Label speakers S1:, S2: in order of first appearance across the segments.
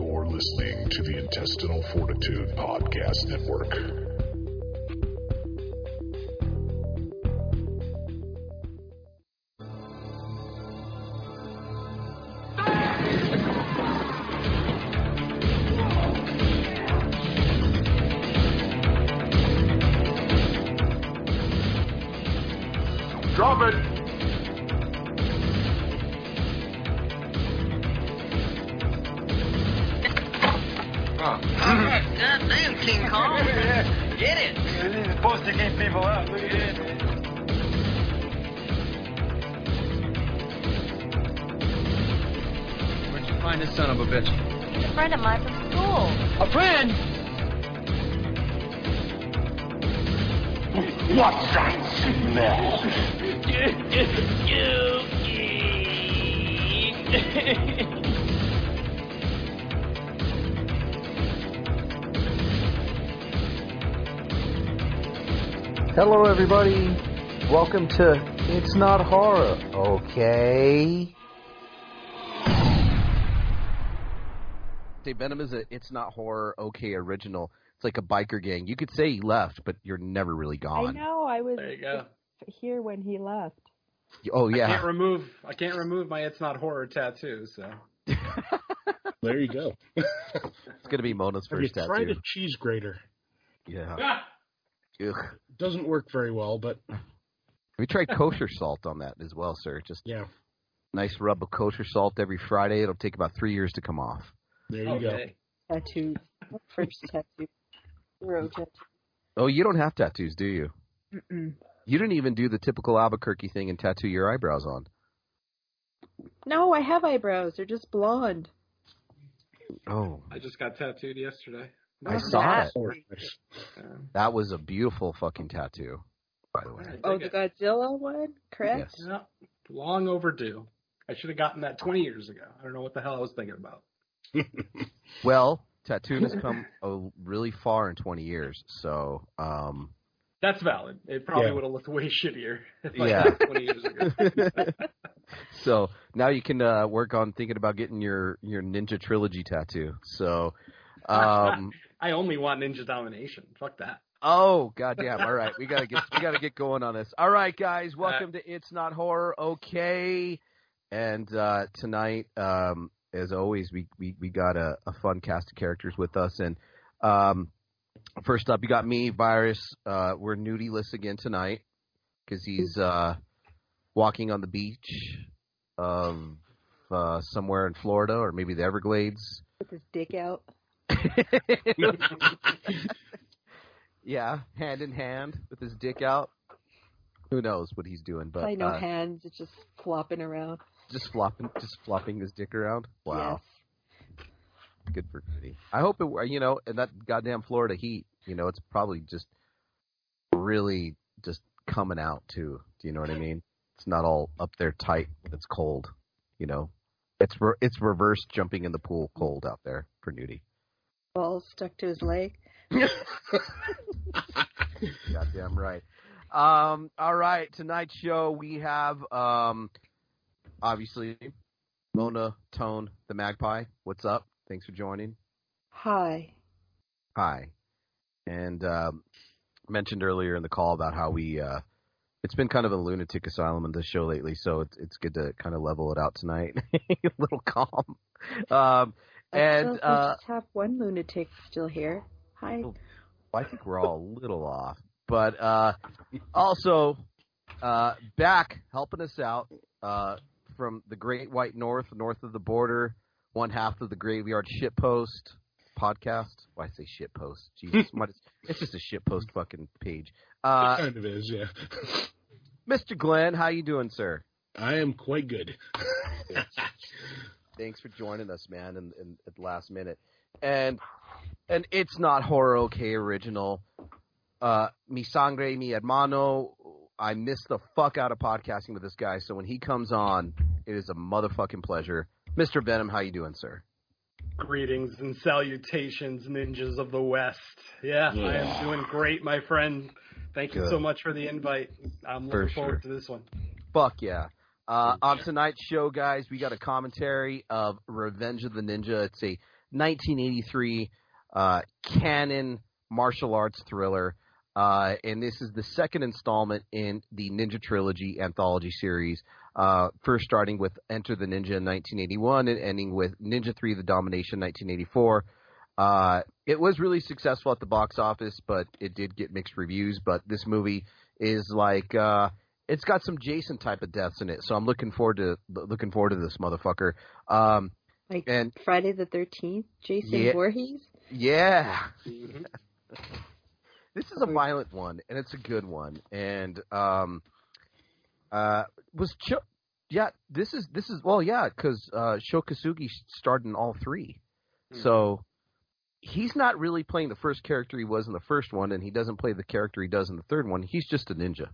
S1: listening to the Intestinal Fortitude Podcast Network.
S2: Drop it!
S3: All right, goddamn King Kong. Get it.
S2: This is supposed to keep people up. Look at this.
S4: Where'd you find this son of a bitch?
S5: He's a friend of mine from school.
S4: A friend!
S2: What's that smell?
S6: Hello, everybody. Welcome to It's Not Horror, okay?
S4: Say Venom is a it's not horror, okay original. It's like a biker gang. You could say he left, but you're never really
S7: I
S4: gone.
S7: know. I was
S8: There you go.
S7: here when he left.
S4: Oh
S8: I
S4: yeah.
S8: can't remove I can't remove my it's not horror tattoo, so
S9: There you go.
S4: It's gonna be Mona's
S9: Have you
S4: first
S9: tried
S4: tattoo.
S9: a cheese grater?
S4: Yeah. Ugh. Have
S9: Doesn't work very well, but
S4: you tried kosher salt on that as well, sir? Just
S9: yeah,
S4: nice rub of kosher salt every Friday. It'll take about three years to come off.
S9: there you
S8: okay.
S10: tattoo. First tattoo. Road tattoo.
S4: Oh, you don't have tattoos, do you? You didn't even do the typical Albuquerque thing and tattoo your eyebrows on.
S10: No, I have eyebrows. They're just blonde.
S4: Oh,
S8: I just got tattooed yesterday.
S4: I saw it.
S9: go. Or-
S8: Um,
S4: That was a beautiful fucking tattoo, by the way.
S8: I dig
S10: Oh, the
S8: it.
S10: Godzilla one? Correct?
S4: Yes.
S8: Yeah, long overdue. I should have gotten that 20 years ago. I don't know what the hell I was thinking about.
S4: Well, tattooing has come a, really far in 20 years, so um,
S8: That's valid. It probably
S9: Yeah.
S8: would have looked way shittier if I
S4: Yeah.
S8: had it 20 years ago.
S4: so now you can uh, work on thinking about getting your your Ninja Trilogy tattoo. So, um,
S8: I only want ninja domination. Fuck that.
S4: oh goddamn! All right, we gotta get we gotta get going on this. All right, guys, welcome to It's Not Horror, okay? And uh, tonight, um, as always, we we we got a, a fun cast of characters with us, and um, first up, you got me, Virus. Uh, we're nudie-less again tonight because he's uh, walking on the beach of uh, somewhere in Florida or maybe the Everglades.
S10: With his dick out.
S4: yeah, hand in hand with his dick out. Who knows what he's doing? But
S10: I know
S4: uh,
S10: hands. It's just flopping around.
S4: just flopping, just flopping his dick around. Wow,
S10: Yes.
S4: good for Goody. I hope it. were- You know, and that goddamn Florida heat. You know, it's probably just really just coming out too. Do you know what I mean? It's not all up there tight. when It's cold. You know, it's re- it's reverse jumping in the pool cold out there for nudie.
S10: Balls stuck to his leg.
S4: Goddamn right. Um, all right, tonight's show we have um, obviously Mona Tone the Magpie. What's up? Thanks for joining.
S10: Hi.
S4: Hi. And um, mentioned earlier in the call about how we uh, it's been kind of a lunatic asylum in this show lately, so it's it's good to kind of level it out tonight. a little calm. Um,
S10: I
S4: and
S10: still- I
S4: uh,
S10: just have one lunatic still here. Hi.
S4: Oh. Well, I think we're all a little off. But uh, also, uh, back helping us out uh, from the Great White North, north of the border, one half of the Graveyard Shitpost podcast. Why I say shitpost? Jesus, might as- it's just a shitpost fucking page. Uh,
S9: kind of is, yeah.
S4: Mr. Glenn, how you doing, sir?
S9: I am quite good.
S4: Thanks for joining us, man, in, in, at the last minute. And and it's not horror okay original. Uh, mi sangre, mi hermano. I miss the fuck out of podcasting with this guy. So when he comes on, it is a motherfucking pleasure. Mr. Venom, how you doing, sir?
S8: Greetings and salutations, ninjas of the West. Yeah, I am doing great, my friend. Thank you
S4: Good.
S8: so much for the invite. I'm
S4: For
S8: looking forward
S4: sure.
S8: to this one.
S4: Fuck yeah. Uh, on tonight's show, guys, we got a commentary of Revenge of the Ninja. It's a 1983 uh, canon martial arts thriller. Uh, and this is the second installment in the Ninja Trilogy anthology series, uh, first starting with Enter the Ninja in 1981 and ending with Ninja 3 The Domination 1984. Uh, it was really successful at the box office, but it did get mixed reviews. But this movie is like uh, it's got some Jason type of deaths in it, so I'm looking forward to looking forward to this motherfucker. Um,
S10: Like
S4: and
S10: Friday the 13th, Jason
S4: Yeah.
S10: Voorhees.
S4: yeah, this is a violent one, and it's a good one. And um, uh, was Cho- yeah, this is this is well, yeah, because uh, Shokasugi starred in all 3 so he's not really playing the first character he was in the first one, and he doesn't play the character he does in the third one. He's just a ninja,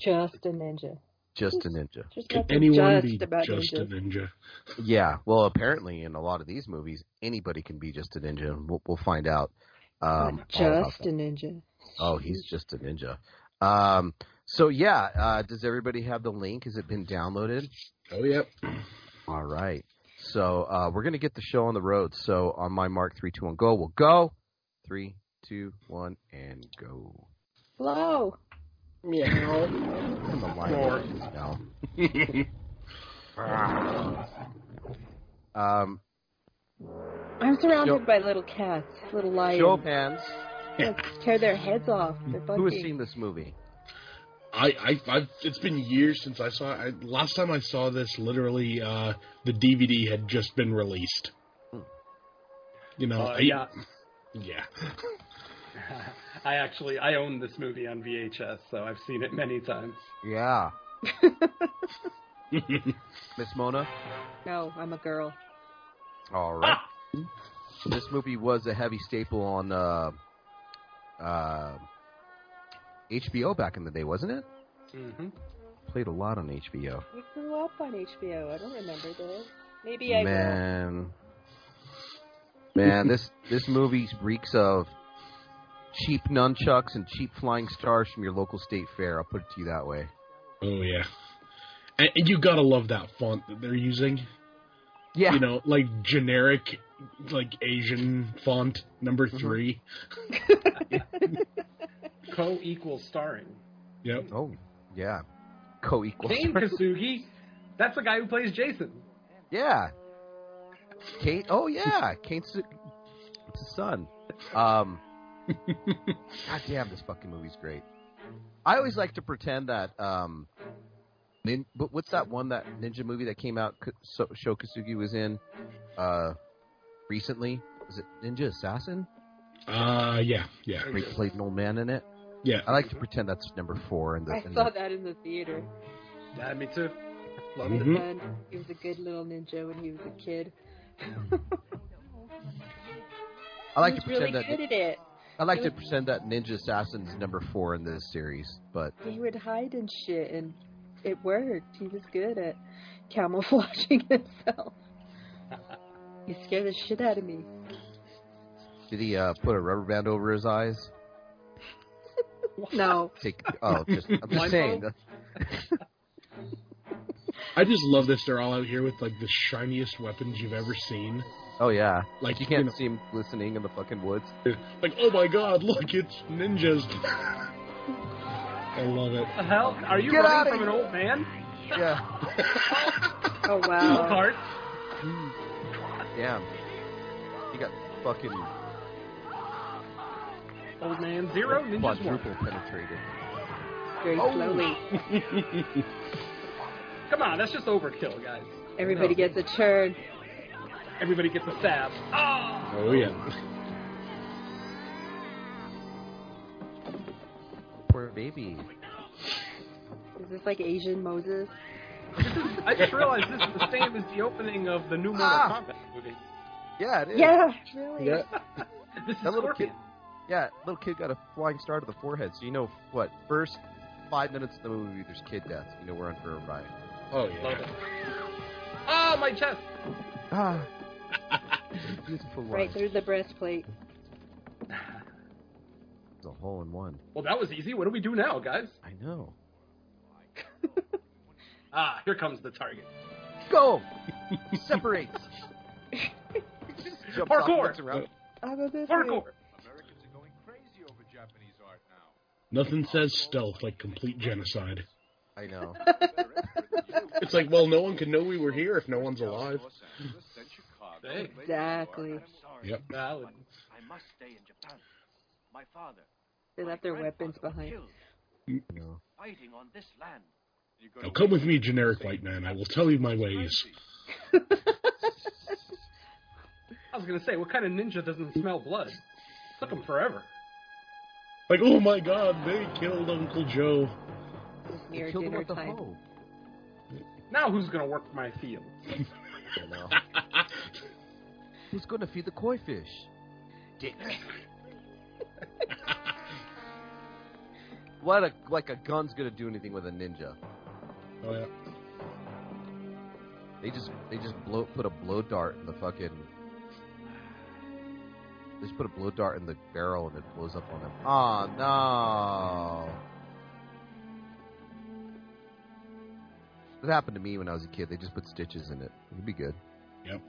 S7: Just a ninja.
S4: just a ninja.
S10: There's
S9: Can
S10: nothing
S9: anyone
S10: just
S9: be
S10: about
S9: just
S10: ninjas.
S9: a ninja?
S4: Yeah, well, apparently in a lot of these movies, anybody can be just a ninja, and we'll, we'll find out. Um,
S10: Not
S4: all about
S10: just
S4: that.
S10: a ninja.
S4: Oh, he's just a ninja. Um, so yeah, uh, does everybody have the link? Has it been downloaded?
S9: Oh, yep.
S4: All right. So uh, we're gonna get the show on the road. So on my mark, three, two, one, go. We'll go. Three, two, one, and go.
S10: Hello.
S9: Meow.
S4: And the line
S8: Roar.
S4: is now. um,
S10: I'm surrounded
S4: Show-
S10: by little cats, little lions.
S4: show of hands.
S10: Let's tear their heads off. They're
S4: Who has
S10: bugging.
S4: seen this movie?
S9: I, I, I've, it's been years since I saw. I, last time I saw this, literally, uh, the DVD had just been released. You know,
S8: Uh,
S9: I-
S8: yeah,
S9: yeah.
S8: I actually I own this movie on VHS, so I've seen it many times.
S4: Yeah, Miss Mona.
S10: No, I'm a girl.
S4: All right. This movie was a heavy staple on uh, uh, HBO back in the day, wasn't it? Mm-hmm.
S8: hmm
S4: Played a lot on HBO.
S10: We grew up on HBO. I don't remember this. Maybe I will.
S4: Man, man, this this movie reeks of cheap nunchucks and cheap flying stars from your local state fair. I'll put it to you that way.
S9: Oh yeah. And, and you gotta love that font that they're using.
S4: Yeah,
S9: You know, like generic, like Asian font number
S4: Mm-hmm.
S9: 3
S8: Co-equal starring
S9: Yep.
S4: Oh, yeah. Co-equal.
S8: Kane Kasugi. That's the guy who plays Jason.
S4: Yeah. Kate. Oh yeah, Kate's the- it's his son. Um. God damn, this fucking movie's great. I always like to pretend that um. Nin, but what's that one that ninja movie that came out? K- So, Shokasugi was in, uh, recently. Was it Ninja Assassin?
S9: Uh, yeah, yeah,
S4: Where he played an old man in it.
S9: yeah.
S4: I like to pretend that's number four in the.
S10: I
S4: in
S10: saw
S4: the-
S10: that in the theater.
S8: Yeah, me too. Love
S10: Mm-hmm.
S8: it.
S9: Mhm.
S10: And he was a good little ninja when he was a kid.
S4: I like to
S10: he was really
S4: pretend that.
S10: good at it.
S4: I like to pretend that Ninja Assassin's number four in this series, but
S10: He would hide and shit, and it worked. He was good at camouflaging himself. he scared the shit out of me.
S4: Did he uh, put a rubber band over his eyes?
S10: No,
S4: Take oh, just I'm just saying.
S9: I just love this. They're all out here with like the shiniest weapons you've ever seen.
S4: Oh yeah,
S9: Like
S4: you can't
S9: know,
S4: see him glistening in the fucking woods.
S9: like oh my god, look, it's ninjas. I love it.
S8: The hell? Are you
S4: Get outta
S8: running from an old man?
S4: Yeah,
S10: Oh wow.
S8: Part.
S4: damn. You got fucking
S8: Old man zero. Ninja one.
S4: quadruple penetrated.
S10: Very
S4: Oh.
S10: slowly.
S8: Come on, that's just overkill, guys.
S10: Everybody gets a turn.
S8: Everybody gets a stab. Ah!
S9: Oh yeah.
S4: Oh. Poor baby.
S10: Is this like Asian Moses?
S8: I just realized this is the same as the opening of the new Mortal
S4: Ah.
S8: Kombat movie.
S4: Yeah, it is.
S10: Yeah, really.
S4: Yeah.
S8: This is
S4: That little
S8: Scorpion.
S4: Yeah, little kid got a flying star to the forehead. So you know what? First five minutes of the movie, there's kid death. You know we're in for a ride.
S9: Oh
S8: Love
S9: yeah.
S8: it. Ah, my chest.
S4: Ah, beautiful one.
S10: Right through the breastplate.
S4: It's a hole in one.
S8: Well, that was easy. What do we do now, guys?
S4: I know.
S8: Ah, here comes the target.
S4: Go. Separate. Jumps off,
S8: Parkour.
S4: looks around.
S10: I'll go this way.
S8: Parkour.
S11: Americans are going crazy over Japanese art now.
S9: Nothing says stealth like complete genocide.
S4: I know.
S9: It's like, well, no one can know we were here if no one's alive.
S11: Los Angeles, then Chicago,
S8: Hey.
S11: and later New
S10: Exactly.
S11: York.
S9: Yep.
S8: Valid.
S3: I must stay in Japan. My father.
S10: They
S3: my
S10: left their weapons
S3: grandfather was
S10: behind.
S3: killed
S4: No.
S3: Fighting on this land.
S11: You go to
S9: Now come with me,
S11: Washington,
S9: generic
S11: say,
S9: white man. I will tell you my ways.
S11: "Crazy."
S8: I was gonna say, what kind of ninja doesn't smell blood? Took him forever.
S9: Like, oh my god, they killed Uncle Joe.
S10: It was
S4: They
S10: near
S4: killed him
S10: dinner
S4: with the
S10: time.
S4: hoe.
S8: Now who's gonna work my field?
S4: I know.
S9: Oh,
S4: Who's going to feed the koi fish? What a like a gun's gonna do anything with a ninja?
S9: Oh yeah.
S4: They just they just blow put a blow dart in the fucking. They just put a blow dart in the barrel and it blows up on them. Oh no! That happened to me when I was a kid. They just put stitches in it. It'd be good.
S9: Yep.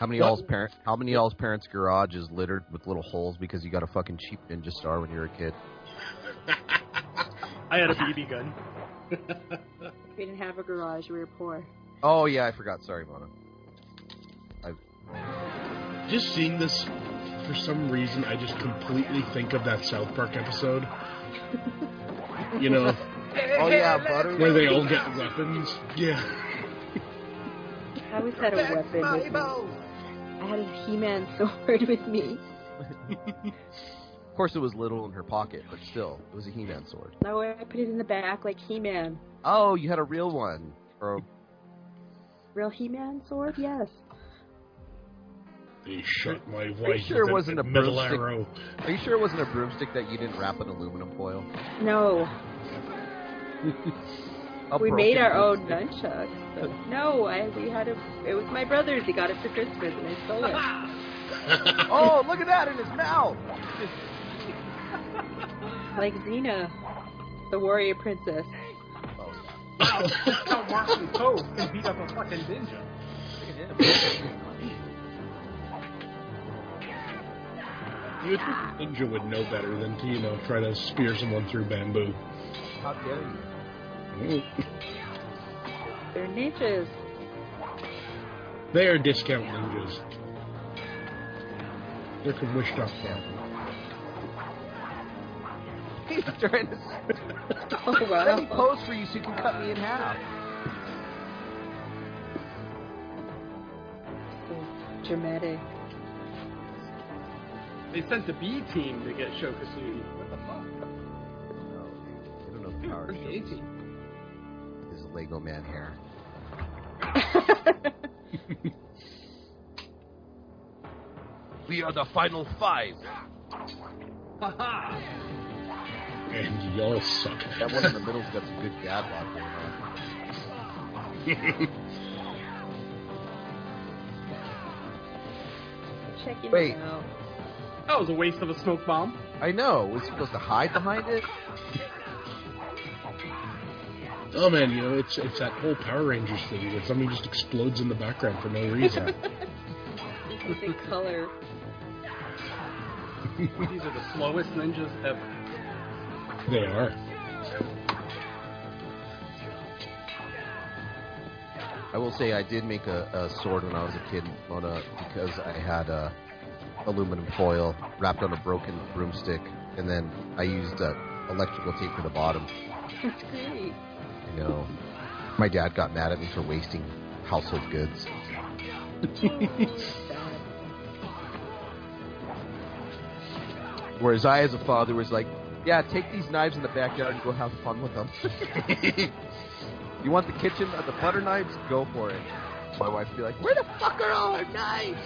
S4: How many
S9: What-
S4: all's parent? How many all's parents' garage is littered with little holes because you got a fucking cheap ninja star when you were a kid?
S8: I had a BB gun.
S10: We didn't have a garage. We were poor.
S4: Oh yeah, I forgot. Sorry, Mona.
S9: Just seeing this, for some reason, I just completely think of that South Park episode. You know,
S4: Oh yeah, butter.
S9: where they all get weapons. Yeah.
S10: I always had a weapon with me. I had a He-Man sword with me.
S4: Of course, it was little in her pocket, but still, it was a He-Man sword.
S10: No way. I put it in the back like He-Man.
S4: Oh, you had a real one. Or
S10: Real He-Man sword? Yes.
S9: They shot my wife.
S4: sure
S9: with
S4: it wasn't a
S9: metal
S4: broomstick?
S9: arrow.
S4: are you sure it wasn't a broomstick that you didn't wrap in aluminum foil?
S10: No.
S4: A
S10: we made
S4: broken
S10: our own
S4: broomstick.
S10: nunchucks. So. No, I we had a. It was my brother's. He got it for Christmas, and I stole it.
S4: Oh, look at that in his mouth.
S10: like Xena, the warrior princess.
S8: Wow, that's how Martin Poe can beat up a fucking ninja.
S9: You would think a ninja would know better than to, you know, try to spear someone through bamboo.
S4: How dare you?
S10: They're ninjas.
S9: They are discount ninjas. They're from Wish.com.
S4: He's trying to
S10: Oh
S4: let
S10: wow.
S4: me pose for you so you can cut me in half.
S10: Dramatic.
S8: They sent the B team to get Shokasugi. What the fuck?
S4: No, I don't know if the power
S8: Where's the A
S4: shield is-
S8: team?
S4: is Lego Man hair. We are the final five.
S8: Haha!
S9: And y'all suck.
S4: That one in the middle's got some good gab lock going on.
S10: Checking
S4: Wait.
S10: it out.
S8: That was a waste of a smoke bomb.
S4: I know. We're supposed to hide behind it.
S9: Oh man, you know, it's it's that whole Power Rangers thing where something just explodes in the background for no reason.
S10: Because they color.
S8: These are the slowest ninjas ever.
S9: they are.
S4: I will say I did make a, a sword when I was a kid, Mona, because I had uh, aluminum foil wrapped on a broken broomstick, and then I used uh, electrical tape for the bottom.
S10: That's great.
S4: You know, my dad got mad at me for wasting household goods. Whereas I, as a father, was like, "Yeah, take these knives in the backyard and go have fun with them. you want the kitchen, uh, the butter knives? Go for it." My wife would be like, "Where the fuck are all our knives?"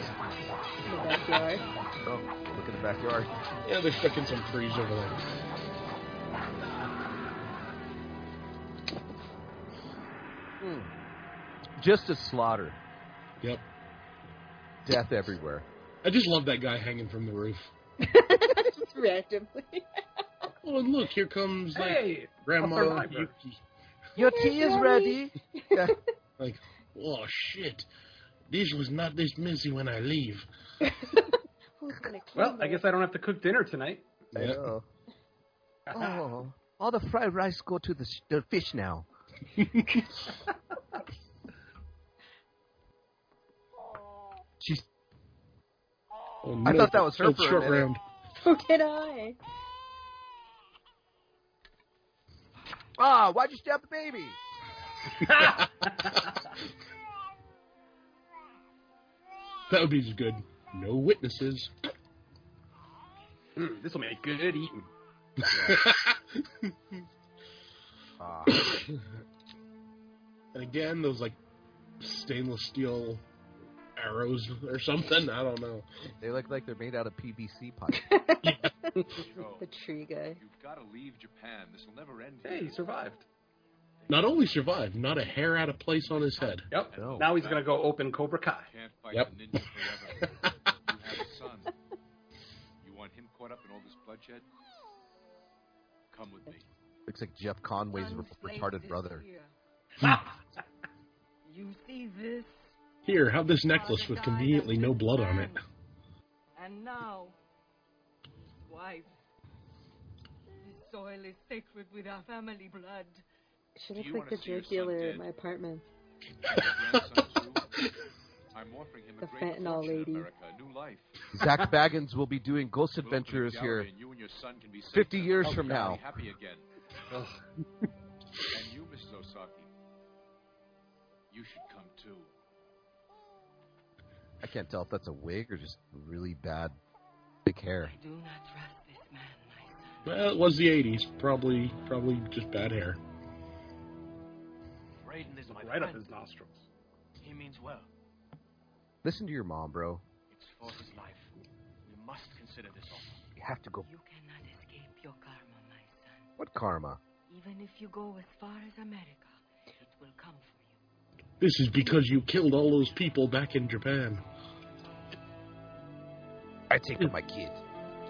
S10: In the backyard.
S4: Oh, look in the backyard.
S9: Yeah, they're stuck in some trees over there.
S4: Hmm. Just a slaughter,
S9: Yep.
S4: death everywhere.
S9: I just love that guy hanging from the roof.
S10: Just randomly.
S9: Oh, and look, here comes like
S8: Hey!
S9: Grandma
S8: survivor.
S9: Yuki.
S4: Your tea is ready.
S9: Like, oh shit, this was not this messy when I leave.
S8: well, I guess I don't have to cook dinner tonight.
S4: I know. oh, all the fried rice go to the, s- the fish now. She's.
S9: Oh,
S4: I
S9: no.
S4: thought that was her
S9: Oh,
S4: for a
S9: short
S4: minute.
S9: round.
S10: So did I.
S4: Ah, why'd you stab the baby?
S9: That would be good. No witnesses.
S8: Mm, this will make good eating.
S4: Ah,
S9: And again, those like stainless steel arrows or something. I don't know.
S4: they look like they're made out of PVC pipe.
S11: Joe,
S10: The tree guy.
S11: you've got to leave Japan. This will never end.
S8: Hey, he survived.
S9: Not only survived, not a hair out of place on his head.
S8: Yep.
S4: No.
S8: Now he's gonna go open Cobra Kai.
S11: Can't fight
S9: Yep.
S11: the ninja forever. you have a son. You want him caught up in all this bloodshed? Come with me.
S4: Looks like Jeff Conway's re- retarded brother. Hmm.
S12: You see this?
S9: Here, have this necklace with conveniently no blood on it.
S12: And now, wife, this soil is sacred with our family blood.
S10: She
S11: Do
S10: looks
S11: you
S10: like the
S11: wanna see your
S10: drug
S11: son
S10: dealer
S11: dead?
S10: at my apartment.
S11: And your grandson, too? I'm offering him
S10: The
S11: a great
S10: fentanyl
S11: fortune in
S10: lady.
S11: America, a new life.
S4: Zach Baggins will be doing Ghost
S11: We'll open a
S4: Adventures
S11: gallery
S4: here.
S11: and you and your son can be safe
S4: 50
S11: there.
S4: years
S11: Oh,
S4: from
S11: you'll be
S4: now.
S11: Happy again. and you, Mrs. Osaki, you should come too.
S4: I can't tell if that's a wig or just really bad thick hair.
S12: Do not trust this man, my son.
S9: Well, it was the '80s. Probably, probably just bad hair.
S2: Braden is my
S8: Right up
S2: friend.
S8: his nostrils.
S2: He means well.
S4: Listen to your mom, bro.
S2: It's for his life. We must consider this offer.
S4: You have to go.
S12: You cannot escape your karma, my son.
S4: What karma?
S12: Even if you go as far as America, it will come for you.
S9: This is because you killed all those people back in Japan.
S4: I take my kid.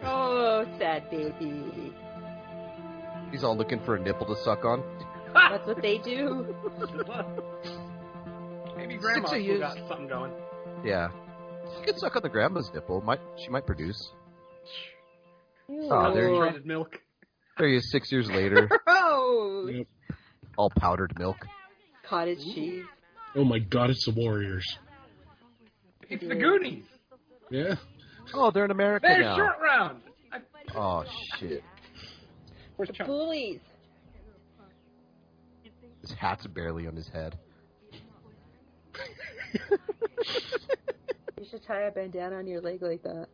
S10: Oh, sad baby.
S4: He's all looking for a nipple to suck on.
S10: That's what they do.
S8: Maybe grandma
S4: Six of
S8: still
S4: yous.
S8: got something going.
S4: Yeah. You could suck on the grandma's nipple. Might she might produce. Ah, there you go.
S8: Concentrated milk.
S4: There he is six years later,
S10: Gross.
S9: Yep.
S4: all powdered milk.
S10: Cottage cheese.
S9: Oh my God, it's the Warriors.
S8: It's the Goonies.
S9: Yeah.
S4: Oh, they're in America
S8: There's
S4: now.
S8: short round. I,
S4: Oh shit.
S8: where's
S10: The
S8: Chunk?
S10: bullies.
S4: His hat's barely on his head.
S10: You should tie a bandana on your leg like that.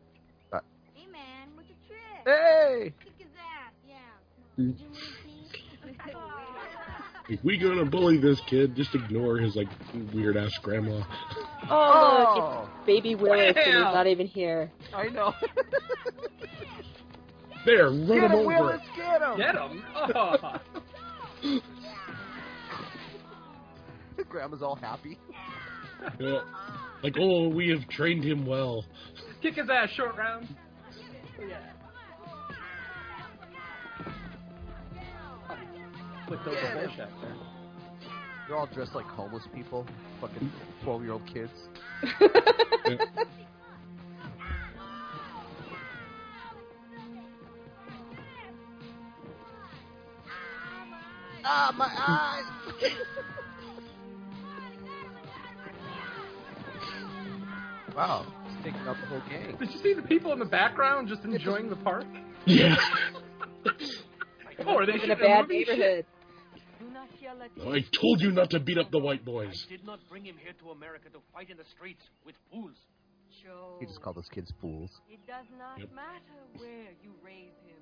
S5: Hey, man, what's your trick?
S4: Eh. Hey!
S5: Kick his ass, yeah.
S9: Mm.
S5: Did you really see?
S9: If we gonna bully this kid, just ignore his like weird ass grandma.
S10: Oh, look, it's baby Willis, and he's not even here.
S4: I know.
S9: There, run him over.
S4: get him!
S8: Get him. Oh.
S4: Grandma's all happy.
S9: Yeah. Like, oh, we have trained him well.
S8: Kick his ass, short round. Flicked over
S4: Get him.
S8: bullshit there.
S4: They're all dressed like homeless people, fucking twelve-year-old kids. Ah, my eyes! wow, it's taking up the whole game.
S8: Did you see the people in the background just enjoying the park?
S9: Yeah.
S8: Oh, are they
S10: in a
S8: shooting
S10: bad
S8: movie?
S10: neighborhood.
S12: Do not yell at
S9: I told you not to beat up the white boys.
S2: I did not bring him here to America to fight in the streets with fools.
S12: Joe.
S4: He just called those kids fools.
S12: It does not
S9: Yep.
S12: matter where you raise him.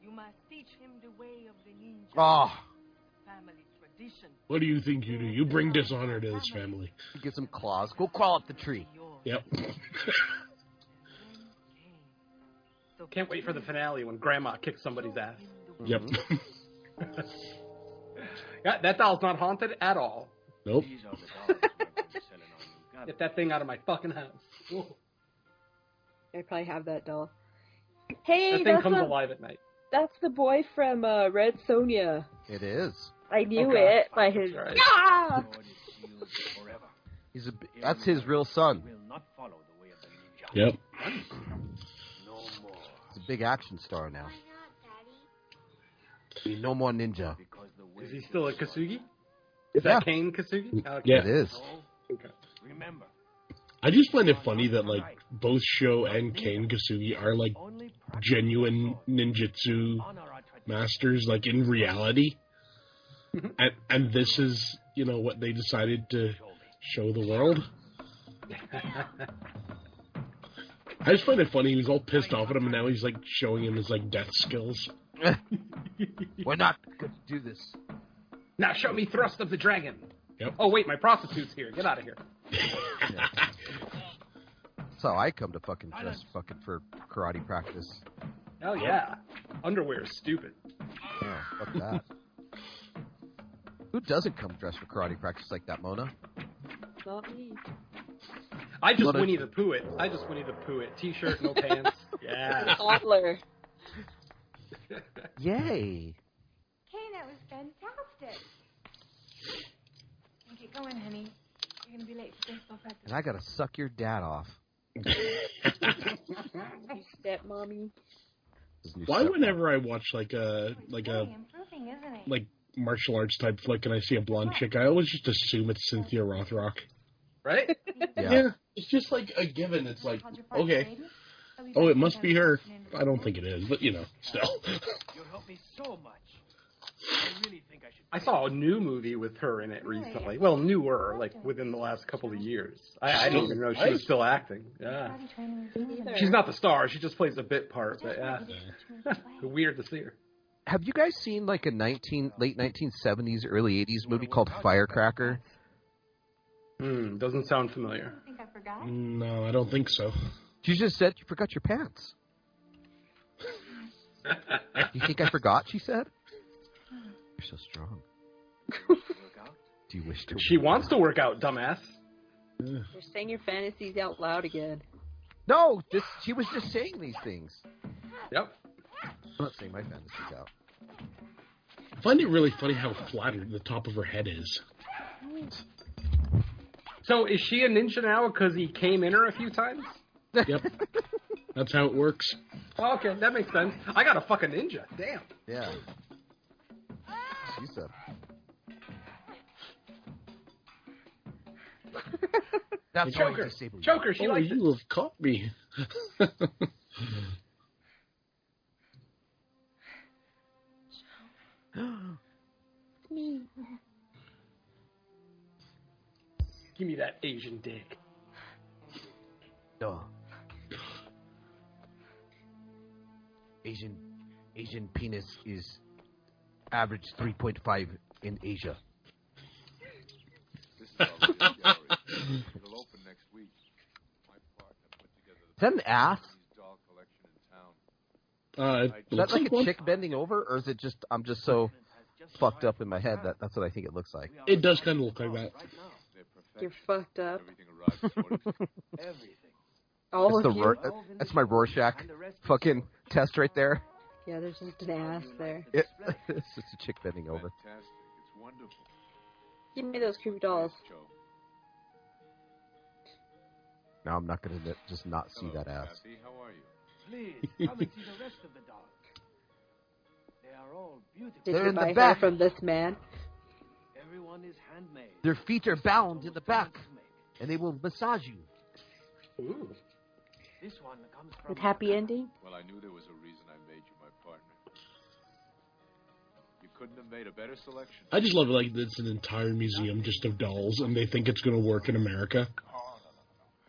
S12: You must teach him the way of the ninja.
S4: Ah,
S12: Family tradition.
S9: What do you think you do? You bring dishonor to this family.
S4: he gives them claws. Go crawl up the tree.
S12: Yours.
S9: Yep.
S12: Okay. So
S8: Can't wait for the finale when Grandma kicks somebody's ass.
S9: yep.
S8: Yeah, that doll's not haunted at all.
S9: nope.
S2: These are the dollars we're selling on you. Got
S8: Get that thing out of my fucking house. Ooh,
S10: I probably have that doll. Hey,
S8: that thing
S10: that's,
S8: comes
S10: the,
S8: alive at night.
S10: that's the boy from uh, Red Sonia.
S4: It is.
S10: I knew
S8: Oh, God.
S10: it by his.
S8: That's right.
S10: Yeah!
S2: Lord, it's sealed forever.
S4: He's a, that's his real son.
S9: Yep.
S4: He's a big action star now. No more ninja.
S8: Is he still a Kasugi?
S4: Is
S8: that Kane Kasugi? Okay.
S9: Yeah.
S4: It is.
S8: Okay.
S2: Remember,
S9: I just find it funny that like both Sho and Kane Kasugi are like genuine ninjutsu masters, like in reality, and and this is you know what they decided to show the world. I just find it funny. He was all pissed off at him, and now he's like showing him his like death skills.
S4: We're not going to do this.
S8: Now show me thrust of the dragon.
S9: Yep.
S8: Oh wait, my prostitute's here. Get out of here.
S4: That's how I come to fucking dress fucking for karate practice.
S8: Oh yeah. Underwear is stupid.
S4: Yeah, fuck that. Who doesn't come dressed for karate practice like that, Mona?
S10: Not me.
S8: I just
S4: What a-
S8: Winnie the Pooh it. I just Winnie the Pooh it. T-shirt, no pants. Yeah.
S10: Toddler.
S5: Kane,
S4: Yay!
S5: that was fantastic.
S12: Get going, honey. You're gonna be late for baseball practice.
S4: And I gotta suck your dad off.
S10: You stepmommy.
S4: His new
S9: Why
S4: step-
S9: whenever I watch like a like a
S12: Improving, isn't it?
S9: like martial arts type flick and I see a blonde chick, I always just assume it's Cynthia Rothrock.
S8: Right?
S4: Yeah.
S9: it's just like a given. It's like okay, oh, it must be her. I don't think it is, but you know, still.
S2: you helped me so much. I really think I should.
S8: I saw a new movie with her in it recently. Well, newer, like within the last couple of years. I, I didn't even know she was still acting. Yeah. She's not the star. She just plays a bit part. But yeah, weird to see her.
S4: Have you guys seen like a nineteen late nineteen seventies, early eighties movie called Firecracker?
S8: Hmm, doesn't sound familiar.
S12: I think I forgot.
S9: No, I don't think so.
S4: You just said you forgot your pants. you think I forgot? She said. You're so strong. Do you wish to?
S8: She wants to work out, dumbass.
S10: You're saying your fantasies out loud again.
S4: No, this. She was just saying these things.
S8: Yep.
S4: I'm not saying my fantasies out.
S9: I find it really funny how flattered the top of her head is.
S8: So is she a ninja now because he came in her a few times?
S9: Yep, that's how it works.
S8: Oh, okay, that makes sense. I got a fucking ninja. Damn.
S4: Yeah. She's a. That's going to
S8: Choker.
S4: disable you.
S8: Choker. She
S9: oh,
S8: likes it.
S9: you have caught me.
S8: Give me that Asian dick.
S4: No. Asian, Asian penis is average 3.5 in Asia.
S11: This is all it is, Gary. It'll open next week. My partner put together the
S4: Is that an ass?
S11: Japanese doll collection in town.
S9: Uh,
S11: Is
S4: Is that
S9: looks
S4: like a
S9: one.
S4: chick bending over, or is it just I'm just so Oh, fucked up in my head that that's what I think it looks like?
S9: It does kind of look like that.
S11: They're perfect.
S10: You're fucked up.
S11: Everything arrives before it's
S2: Everything.
S10: All
S4: That's
S10: of
S4: the
S10: Oh, you.
S4: Ror- that's my Rorschach fucking test right there.
S10: Yeah, there's just an ass there.
S4: It, it's just a chick bending over.
S11: fantastic. It's wonderful.
S10: Give me those creepy dolls.
S11: Joe.
S4: Now I'm not gonna just not see
S11: Hello,
S4: that ass.
S11: Kathy. How are you?
S2: Please come and see the rest of the dolls. They are all beautiful.
S10: Did
S4: They're
S10: you
S4: in the
S10: buy her
S4: back.
S10: from this man?
S2: Everyone is handmade.
S4: Their feet are bound in the back,
S2: Almost handmade.
S4: and they will massage you.
S8: Ooh.
S2: This one comes from
S10: With happy ending?
S11: Well, I knew there was a reason I made you my partner. You couldn't have made a better selection.
S9: I just love it. Like it's an entire museum just of dolls, and they think it's going to work in America.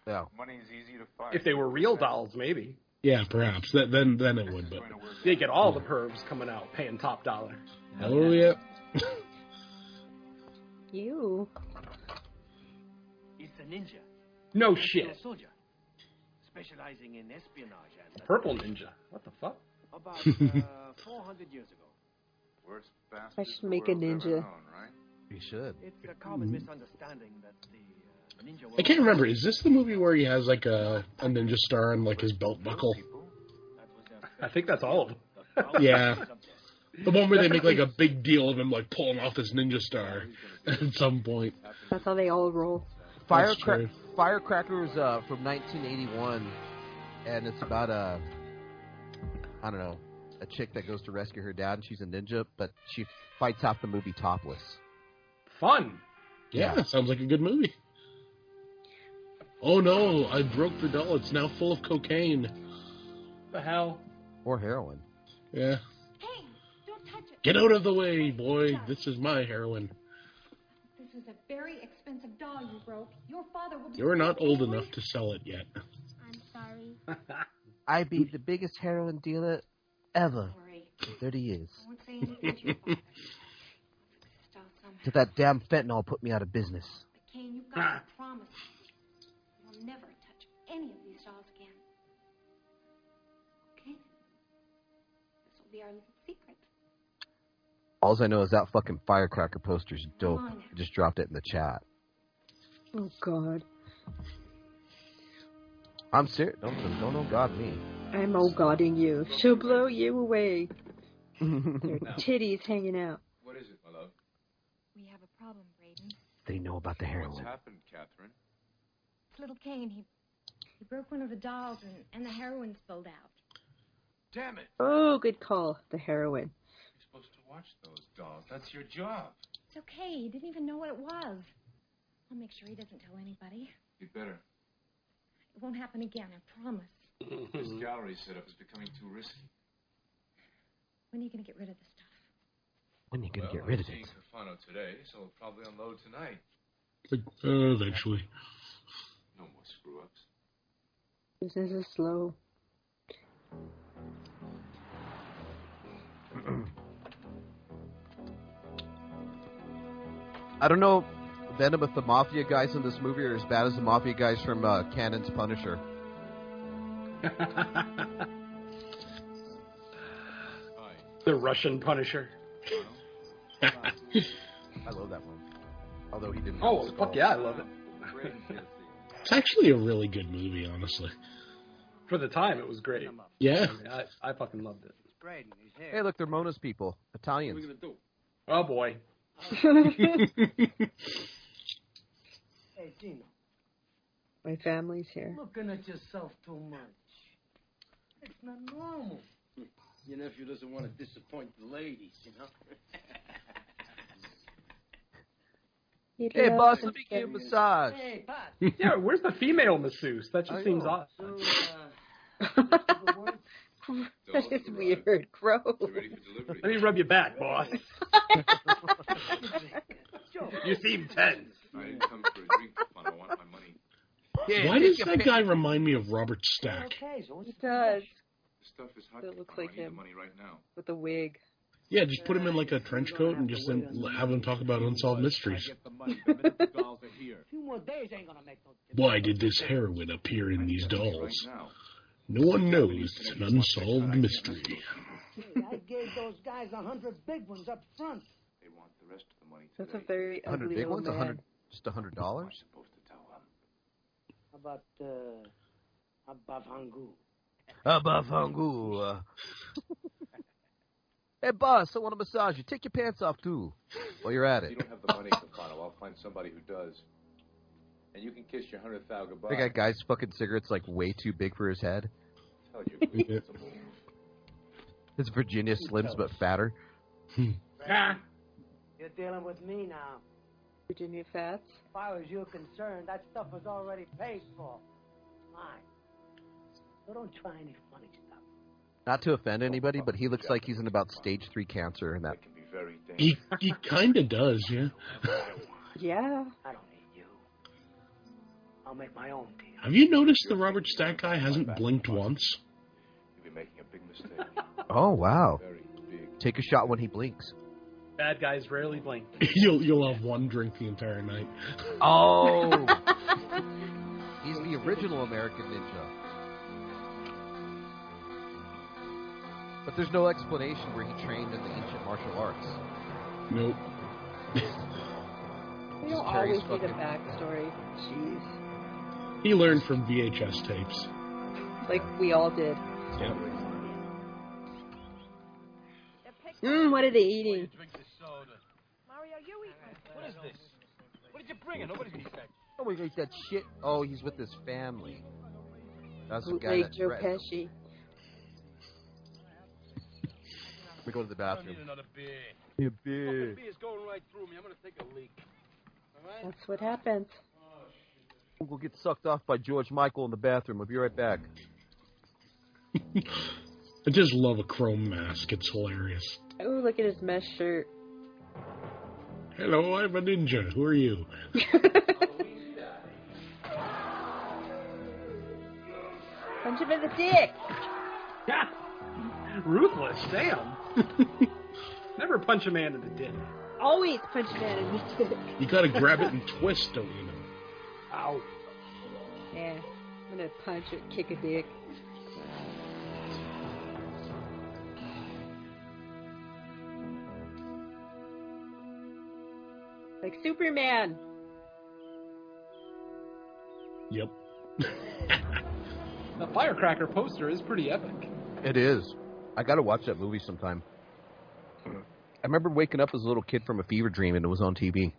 S4: Yeah.
S11: Money is easy to find.
S8: If they were real dolls, maybe
S9: Yeah, perhaps. Th- then, then it would. But
S8: they get all the pervs coming out paying top dollar.
S9: oh yeah,
S10: You.
S2: It's a ninja.
S8: No
S2: A
S8: shit.
S2: soldier. Specializing in espionage and
S8: Purple ninja. What the fuck?
S2: about uh, 400 years ago.
S11: Worst
S10: I
S11: bastard
S10: should
S11: the
S10: make a
S11: world's ever
S10: ninja.
S11: known, right?
S4: You should.
S2: It's a common misunderstanding that the uh, ninja.
S9: I can't
S2: world-
S9: remember. Is this the movie where he has like a, a ninja star on like his belt buckle?
S2: That was their
S8: I think that's all of them.
S2: special-
S9: Yeah.
S2: subject.
S9: The one where they make like a big deal of him like pulling off this ninja star at some point.
S10: That's how they all roll.
S4: Firecra- Firecrackers uh, from 1981, and it's about a I don't know a chick that goes to rescue her dad, and she's a ninja, but she fights off the movie topless.
S8: Fun.
S9: Yeah, yeah. sounds like a good movie. Oh no! I broke the doll. It's now full of cocaine.
S8: The hell.
S4: Or heroin.
S9: Yeah. Hey, don't touch it. Get out of the way, boy. This is my heroin.
S5: This was a very expensive doll you broke. Your father will be
S9: You're not old enough to sell it yet.
S5: I'm sorry.
S4: I be the biggest heroin dealer ever in 30 years. Till that damn fentanyl put me out of business.
S5: But Kane, you've got
S9: Ah.
S5: to promise you'll never touch any of these dolls again. Okay? This will be our little secret.
S4: All I know is that fucking firecracker poster's dope. I just dropped it in the chat.
S10: Oh God.
S4: I'm serious. Don't don't oh God me.
S10: I'm oh Godding you. She'll blow you away. Your titties hanging out.
S11: What is it, my love?
S5: We have a problem, Braden.
S4: They know about the heroin.
S11: What's happened, Catherine?
S5: It's little Kane. He he broke one of the dolls and, and the heroin spilled out.
S11: Damn it!
S10: Oh, good call. The heroin
S11: supposed to watch those dolls. That's your job.
S5: It's okay. He didn't even know what it was. I'll make sure he doesn't tell anybody.
S11: You better.
S5: It won't happen again, I promise.
S11: this
S8: Mm-hmm.
S11: gallery setup is becoming too risky.
S5: When are you going to get rid of this stuff?
S4: When are you going
S11: well,
S4: to get rid
S11: I'm
S4: of
S11: seeing
S4: this?
S11: Cafano today, so we'll probably unload tonight.
S9: Like, uh, eventually.
S11: No more screw ups.
S10: Business is slow.
S4: I don't know, Venom, if the Mafia guys in this movie are as bad as the Mafia guys from uh, Cannon's Punisher.
S8: the Russian Punisher.
S4: I love that one. Although he didn't.
S8: Oh, fuck yeah, I love it.
S9: It's actually a really good movie, honestly.
S8: For the time, it was great.
S9: Yeah.
S8: I, mean, I, I fucking loved it.
S4: Hey, look, they're Mona's people, Italians.
S8: Oh, boy.
S2: Hey, Gino,
S10: My family's here.
S2: looking at yourself too much. It's not normal.
S13: Your nephew doesn't want to disappoint the ladies, you know?
S10: He
S4: Hey,
S10: loves
S4: boss,
S10: his
S4: let me give you a
S10: family.
S4: massage.
S2: Hey, Pat.
S8: Yeah, where's the female masseuse? That
S4: I
S8: just seems
S4: know.
S8: odd.
S2: So, uh, the words
S10: That is weird. Gross.
S11: You ready for delivery?
S8: Let me rub your back, boss.
S2: Joe,
S8: You seem tense.
S11: I didn't come for a drink, Cafano. I want my money.
S4: Yeah,
S9: Why
S4: take
S9: does
S4: your
S9: that
S4: pick.
S9: guy remind me of Robert
S2: you're
S9: Stack?
S2: okay, so it's
S10: He does
S11: The stuff is hot.
S10: That looks
S11: Cafano.
S10: like
S11: I need
S10: him.
S11: the money right now.
S10: with a wig.
S9: Yeah, just put him in like a trench coat and just then l- have him talk about unsolved mysteries.
S2: A few more days ain't gonna make no difference.
S9: Why did this heroin appear in these
S11: I need the money
S9: dolls?
S11: Right now.
S9: No one knows. It's an unsolved mystery.
S2: Hey, I gave those guys a hundred big ones up front.
S11: They want the rest of the money
S10: That's a
S11: today.
S10: very
S4: hundred
S10: ugly
S4: big
S10: little
S4: ones,
S10: man.
S4: hundred just a hundred
S11: Am I
S4: dollars.
S11: supposed to tell them?
S2: How about uh, how about Hangu?
S4: Above Hangu. hey boss, I want a massage. You take your pants off too, while you're at
S11: If you
S4: it.
S11: don't have the money, Cafano, I'll find somebody who does. And you can kiss your hundred thou goodbye.
S4: They got guy's fucking cigarettes like way too big for his head.
S11: Tell you, it's a move.
S4: It's Virginia Slims but fatter.
S8: Ah,
S2: You're dealing with me now.
S10: Virginia Fats.
S2: As far as you're concerned, that stuff was already paid for. Mine. So don't try any funny stuff.
S4: Not to offend anybody, but he looks like he's in about stage three cancer in that.
S11: That can be very dangerous.
S9: He he kind of does, yeah.
S10: Yeah.
S2: I don't need you. I'll make my own deal.
S9: Have you noticed the Robert Stack guy hasn't blinked once?
S11: You'll be making a big mistake.
S4: Oh wow!
S11: Very big.
S4: Take a shot when he blinks.
S8: Bad guys rarely blink.
S9: you'll you'll have one drink the entire night.
S4: Oh, he's the original American Ninja. But there's no explanation where he trained in the ancient martial arts.
S9: Nope.
S10: We don't
S4: Carries
S10: always need a
S4: fucking-
S10: backstory. Jeez.
S9: He learned from VHS tapes.
S10: Like we all did.
S9: Yep.
S10: Mm, what are they eating?
S13: What is this? What did you bring? Nobody's been fed.
S4: Oh, we ate that shit. Oh, he's with his family. That's the guy
S10: Bootleg
S4: that
S10: Joe
S4: Brett-
S10: Pesci.
S4: We go to the
S3: I need
S4: bathroom.
S3: another beer.
S4: Yeah,
S3: Fucking
S4: beer.
S3: beer's going right through me. I'm gonna take a leak. All right?
S10: That's what happens.
S4: We'll get sucked off by George Michael in the bathroom. We'll be right back.
S9: I just love a chrome mask. It's hilarious.
S10: Oh, look at his mesh shirt.
S9: Hello, I'm a ninja. Who are you?
S10: Punch him in the dick.
S8: Ruthless, damn. Never punch a man in the dick.
S10: Always punch him in the dick.
S9: You gotta grab it and twist, don't you know?
S8: Ow.
S10: Yeah, I'm gonna punch it, kick a dick. Like Superman.
S9: Yep.
S8: The firecracker poster is pretty epic.
S4: It is. I got to watch that movie sometime. I remember waking up as a little kid from a fever dream and it was on TV.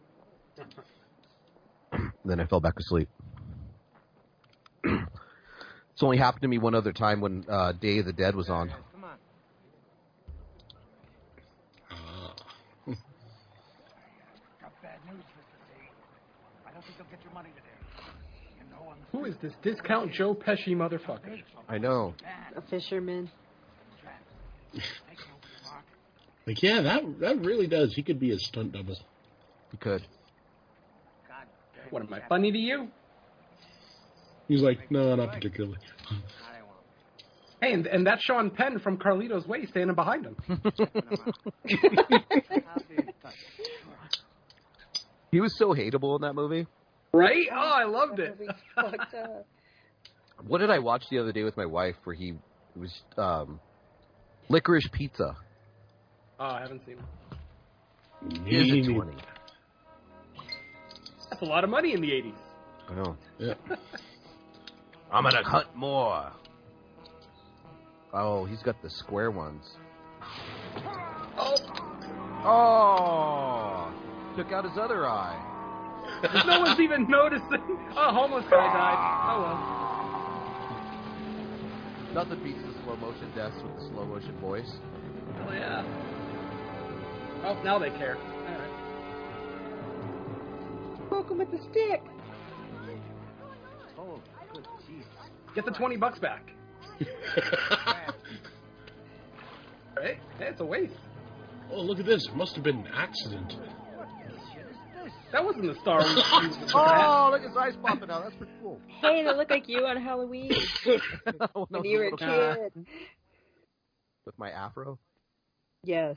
S4: then I fell back asleep. it's only happened to me one other time when uh, Day of the Dead was on.
S2: Come on.
S9: Ah.
S3: Got bad news, Mr. C. I don't think they'll get your money today. You know, I'm
S8: Who is this discount Joe Pesci motherfucker?
S4: I know.
S10: A fisherman.
S9: Like, yeah, that that really does. He could be a stunt double.
S4: He could.
S8: What am I funny to you?
S9: He's like, no, not particularly.
S8: Hey, and, and that's Sean Penn from Carlito's Way standing behind him.
S4: He was so hateable in that movie.
S8: right? Oh, I loved it. Oh,
S10: Fucked up.
S4: What did I watch the other day with my wife where he was um, licorice pizza?
S8: Oh, I haven't seen it.
S4: He's a 20.
S8: That's a lot of money in the 80s.
S4: I know.
S9: Yeah.
S4: I'm gonna hunt more. Oh, he's got the square ones. Oh! Took out his other eye.
S8: no one's even noticing. A homeless guy died. Oh, well.
S4: Nothing beats the slow motion deaths with the slow motion voice.
S8: Hell yeah. Oh, now they care. Alright.
S10: Poke him with the stick.
S2: Oh, good Jesus.
S8: Get the 20 bucks back. Right? Hey, it's a waste.
S9: oh, look at this. It must have been an accident.
S8: That wasn't the Star Wars.
S4: Oh, look, his eyes popping out. That's pretty cool.
S10: Hey, they look like you on Halloween
S4: When I
S10: when
S4: was
S10: you were a
S4: little
S10: kid.
S4: With my afro.
S10: Yes.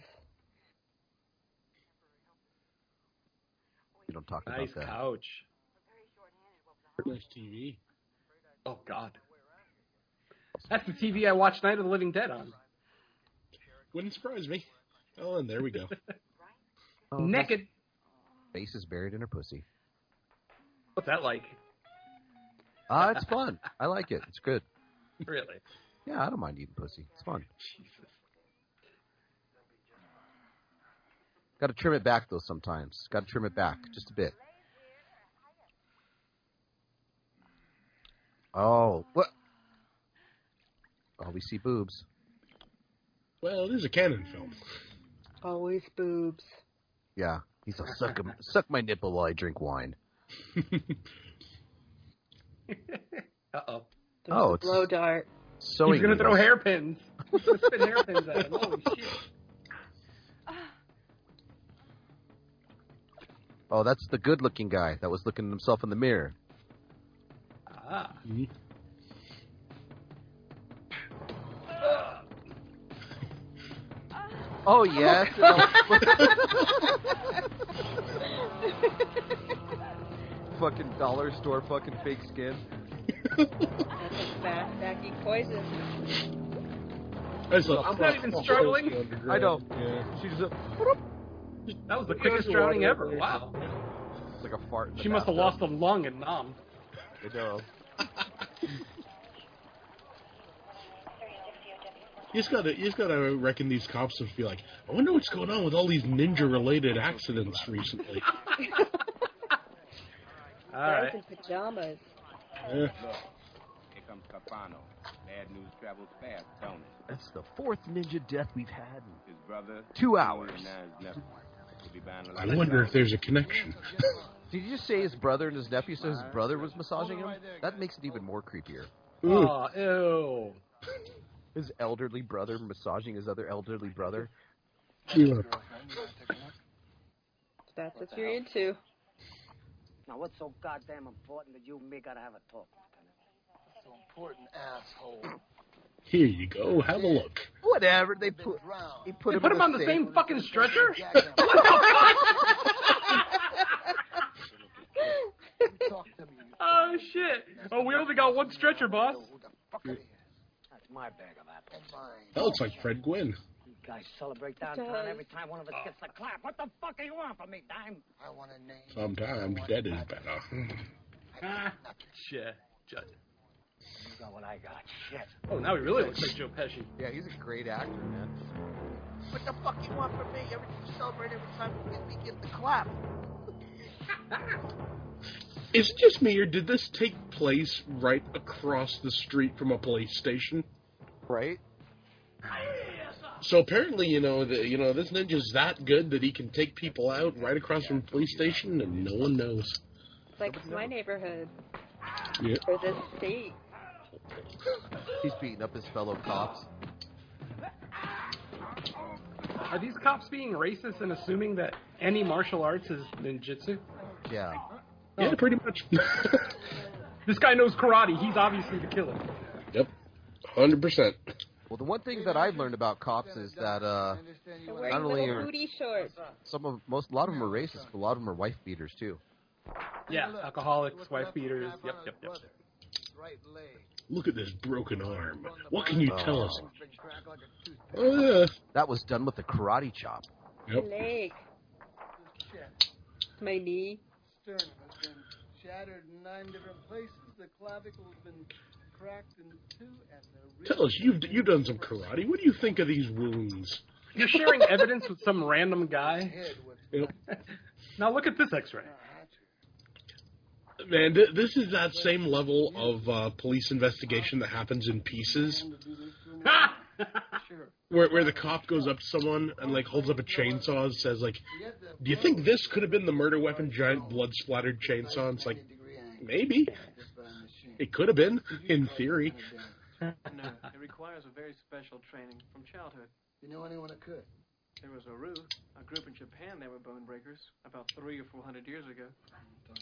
S4: You don't talk
S8: nice
S4: about that.
S8: couch.
S9: Nice TV.
S8: Oh, God. That's the TV I watched Night of the Living Dead on.
S9: Wouldn't surprise me. Oh, and there we go.
S4: Oh,
S8: Naked.
S4: Face is buried in her pussy.
S8: What's that like?
S4: Ah, it's fun. I like it. It's good.
S8: Really?
S4: Yeah, I don't mind eating pussy. It's fun.
S8: Jesus.
S4: Got to trim it back though. Sometimes got to trim it back just a bit. Oh, what? Oh, we see boobs.
S9: Well, it is a canon film.
S10: Always boobs.
S4: Yeah, he's a suck 'em- suck my nipple while I drink wine.
S8: Uh oh.
S10: There's
S4: Oh,
S10: a
S4: it's-
S10: blow dart.
S4: So
S8: He's gonna throw hairpins. He's gonna spin hairpins at him. Holy shit.
S4: Oh, that's the good-looking guy that was looking at himself in the mirror.
S8: Ah.
S9: Mhm.
S4: Oh yes. fucking dollar store, fucking fake skin.
S10: That's a fast acting poison.
S9: That's a-
S8: I'm not even struggling.
S4: I know.
S9: Yeah.
S4: She's a,
S8: That was the quickest drowning ever. Wow.
S4: it's like a fart. in the
S8: She must have
S4: bathtub.
S8: lost a lung and nom.
S4: I know.
S9: You just gotta, you just gotta reckon these cops would be like, I wonder what's going on with all these ninja-related accidents recently.
S8: All right.
S10: in pajamas.
S9: Yeah.
S14: Here comes Capano. Bad news travels fast, don't it?
S4: That's the fourth ninja death we've had in
S14: His brother.
S4: two hours.
S14: Now his nephew. He'll be buying a
S9: I
S14: lot of
S9: wonder
S14: time.
S9: if there's a connection.
S4: Did you just say his brother and his nephew? So his brother was massaging him. That makes it even more creepier.
S8: Aw, ew.
S4: His elderly brother massaging his other elderly brother.
S10: That's
S2: What
S10: what,
S2: the
S10: you're
S2: hell?
S10: into.
S2: Now, what's so goddamn important that you and me gotta have a talk? So important, asshole.
S9: Here you go. Have a look.
S4: Whatever they put, he put
S8: They
S4: him
S8: put
S4: in
S8: him on the same fucking stretcher? oh shit! Oh, we only got one stretcher, boss.
S2: That's my bag of apples.
S9: That looks like Fred Gwynn.
S2: You guys celebrate downtown every time one of
S13: Oh.
S2: us gets a clap. What the fuck do you want from me, dime? I want a name.
S9: Sometimes that is better.
S8: Shit. Just-
S2: You got what I got. Shit.
S8: Oh, now he really looks like Joe Pesci.
S4: Yeah, he's a great actor, man.
S2: What the fuck you want from me? Every you celebrate every time we get the clap.
S9: Is it just me, or did this take place right across the street from a police station?
S4: Right.
S9: So apparently, you know, the, you know, this ninja's that good that he can take people out right across from a police station, and no one knows.
S10: It's like my neighborhood
S9: Yeah.
S10: or this state.
S4: He's beating up his fellow cops.
S8: Are these cops being racist and assuming that any martial arts is ninjutsu?
S4: Yeah.
S9: Yeah, pretty much.
S8: This guy knows karate. He's obviously the killer.
S9: Yep, hundred percent.
S4: Well, the one thing that I've learned about cops is that uh,
S10: They're
S4: Not
S10: wearing
S4: only
S10: little
S4: are-
S10: booty shorts.
S4: some of most a lot of them are racist, but a lot of them are wife beaters too.
S8: Yeah, alcoholics, wife beaters. Yep, yep, yep.
S9: Look at this broken arm. What can you tell us? Oh,
S4: That was done with the karate chop.
S9: Yep.
S10: Leg. My knee.
S13: Sternum has been shattered in nine different places. The clavicle has been cracked in two, and the rib
S9: Tell us, you've you've done some karate. What do you think of these wounds?
S8: You're sharing evidence with some random guy.
S13: head was
S9: Yep.
S8: Now look at this X-ray.
S9: Man, th- this is that same level of uh, police investigation that happens in pieces,
S13: sure.
S9: where where the cop goes up to someone and like holds up a chainsaw and says like, "Do you think this could have been the murder weapon? Giant blood splattered chainsaw." And it's like, maybe it could have been in theory.
S15: No, it requires a very special training from childhood.
S13: You know anyone that could?
S15: There was Aru, a group in Japan that were bone breakers about three or four hundred years ago.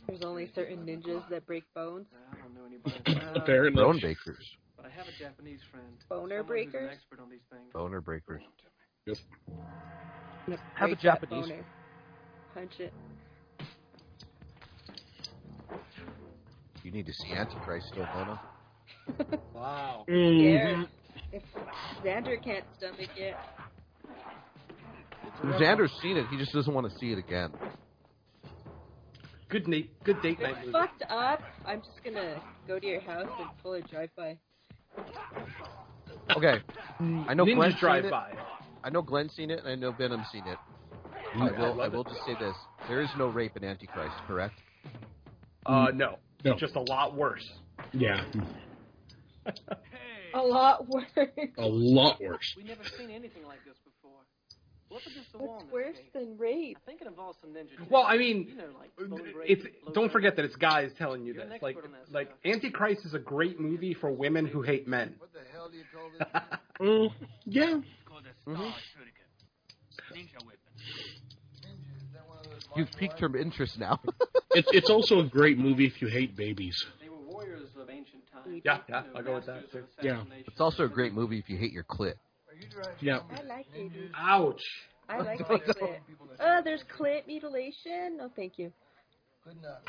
S10: There's only certain ninjas that break bones.
S15: I don't know anybody.
S8: Uh,
S9: Apparently.
S4: Bone bakers,
S15: But I have a Japanese friend.
S10: Boner
S15: someone who's an
S10: breakers?
S15: expert on these things.
S4: boner breakers.
S9: Yep.
S4: Have a
S10: Break that
S4: Japanese.
S10: boner. Punch it.
S4: You need to see Antichrist still, Bono.
S8: Wow.
S10: Scared. If Xander can't stomach it,
S4: Xander's seen it. He just doesn't want to see it again.
S8: Good night. Good date night. Movie.
S10: you're fucked up. I'm just gonna go to your house and pull a drive-by.
S4: Okay. I know
S8: Ninja
S4: Glenn's
S8: Drive
S4: seen it.
S8: By.
S4: I know Glenn's seen it, and I know Venom's seen it.
S9: Mm.
S4: I
S9: I
S4: will. I,
S8: love
S4: will just say this: there is no rape in Antichrist, correct?
S8: Uh, no.
S9: No.
S8: Just a lot worse.
S9: Yeah,
S10: A lot worse.
S9: a lot worse.
S15: We never seen anything like this before. We're up against the wall. in
S10: What's
S15: this
S10: worse
S15: case.
S10: than rape?
S15: I think it involves some ninja.
S8: Well,
S15: tricks.
S8: I mean,
S15: you know, like bone break,
S8: It's
S15: low
S8: don't
S15: drive.
S8: forget that it's guys telling you
S15: You're an
S8: this. Like
S15: expert on that
S8: like Antichrist is a great movie for women who hate men.
S13: What the hell do you call this?
S9: Mm, yeah.
S8: Mm-hmm.
S4: You've piqued her interest now.
S9: It's it's also a great movie if you hate babies.
S15: They were warriors of ancient times.
S8: Yeah,
S15: you
S8: yeah,
S15: know,
S8: I'll go with that
S15: masters of
S8: too.
S9: Yeah.
S15: assassination.
S4: It's also a great movie if you hate your clit.
S9: Yeah.
S10: I like it. dude.
S8: Ouch.
S10: I like my clit. Oh, there's clit mutilation. No, thank you.
S13: Good enough.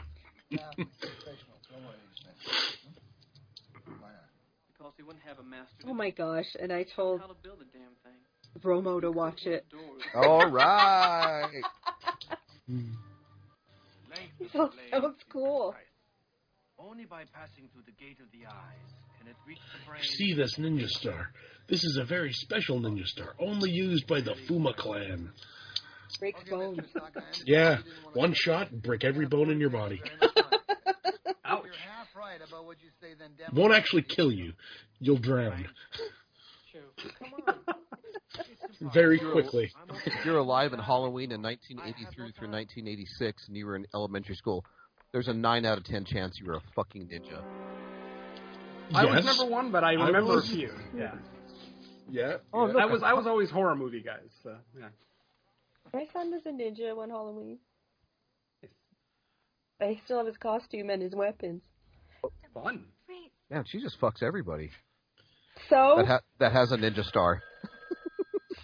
S13: Now, professional. Don't worry, man. Why not?
S15: Because he wouldn't have a master.
S10: Oh my gosh! And I told
S15: How to build a damn thing.
S10: Romo to watch it.
S15: Doors.
S4: All right.
S10: He thought that was cool.
S16: Only by passing through the gate of the eyes can it reach the brain.
S9: See this ninja star. This is a very special ninja star, only used by the Fuma clan.
S10: Breaks bones.
S9: Yeah, one shot, break every bone in your body.
S13: would you say then, Demo?
S9: Won't actually kill you. You'll drown. Very quickly.
S4: If you're alive in Halloween in 1983 through 1986 and you were in elementary school, there's a 9 out of 10 chance you were a fucking ninja.
S8: I was
S9: Yes.
S8: number one, but I
S9: I
S8: remember
S9: was-
S8: a few. Yeah.
S9: Yeah.
S8: Oh,
S9: yeah.
S8: I was I was always horror movie guys. So, yeah.
S10: My son was a ninja one Halloween. But he still have his costume and his weapons.
S8: Fun.
S4: Man, she just fucks everybody
S10: So, Oh.
S4: that, ha- that has a ninja star.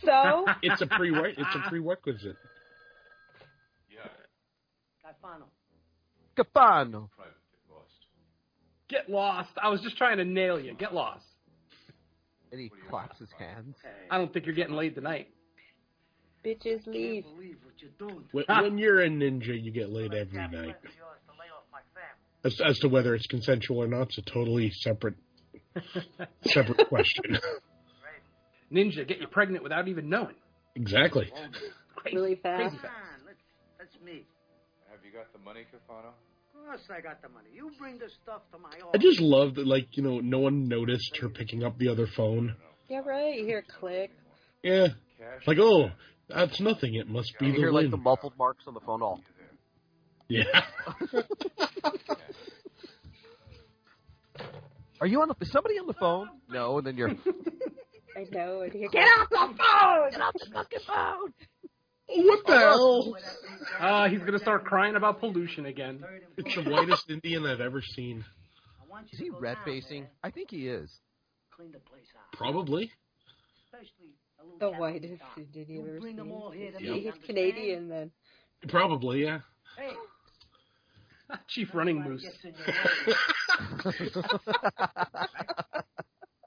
S10: so
S9: it's a pre it's a prerequisite.
S2: Capano.
S4: Capano.
S8: Get lost. I was just trying to nail you. Get lost.
S4: And he claps his hands.
S8: I don't think you're getting laid tonight.
S10: bitches leave.
S9: When, when you're a ninja, you get laid every night. As, as to whether it's consensual or not, it's a totally separate separate question.
S8: Ninja, get you pregnant without even knowing.
S9: exactly.
S8: Crazy,
S10: really fast.
S8: Crazy fast.
S2: Let's, let's meet.
S11: Have you got the money, Cafano?
S2: Of course I got the money. You bring the stuff to my office.
S9: I just love that, like you know, no one noticed her picking up the other phone.
S10: Yeah, right. You hear a click.
S9: Yeah, like oh, that's nothing. It must be
S4: You
S9: the
S4: hear like
S9: wind.
S4: the muffled marks on the phone all.
S9: yeah.
S4: Are you on the, is somebody on the phone? No, and then you're
S10: I know. And you hear,
S2: Get off the phone! Get off the fucking phone!
S9: What the hell?
S8: Uh, he's gonna start crying about pollution again.
S9: It's the whitest Indian I've ever seen.
S2: I want you
S4: Is
S2: to
S4: he
S2: go
S4: red
S2: down
S4: facing?
S2: there,
S4: I think he is.
S2: Clean the place out.
S9: Probably.
S2: Especially the little
S10: The
S2: cat
S10: whitest
S2: dog.
S10: did
S2: You
S10: you ever
S2: bring
S10: Oh, see?
S2: them all here to
S9: Yeah.
S2: me,
S10: He's
S2: understand?
S10: Canadian then.
S9: Probably, yeah.
S2: Hey,
S8: Chief Running Moose.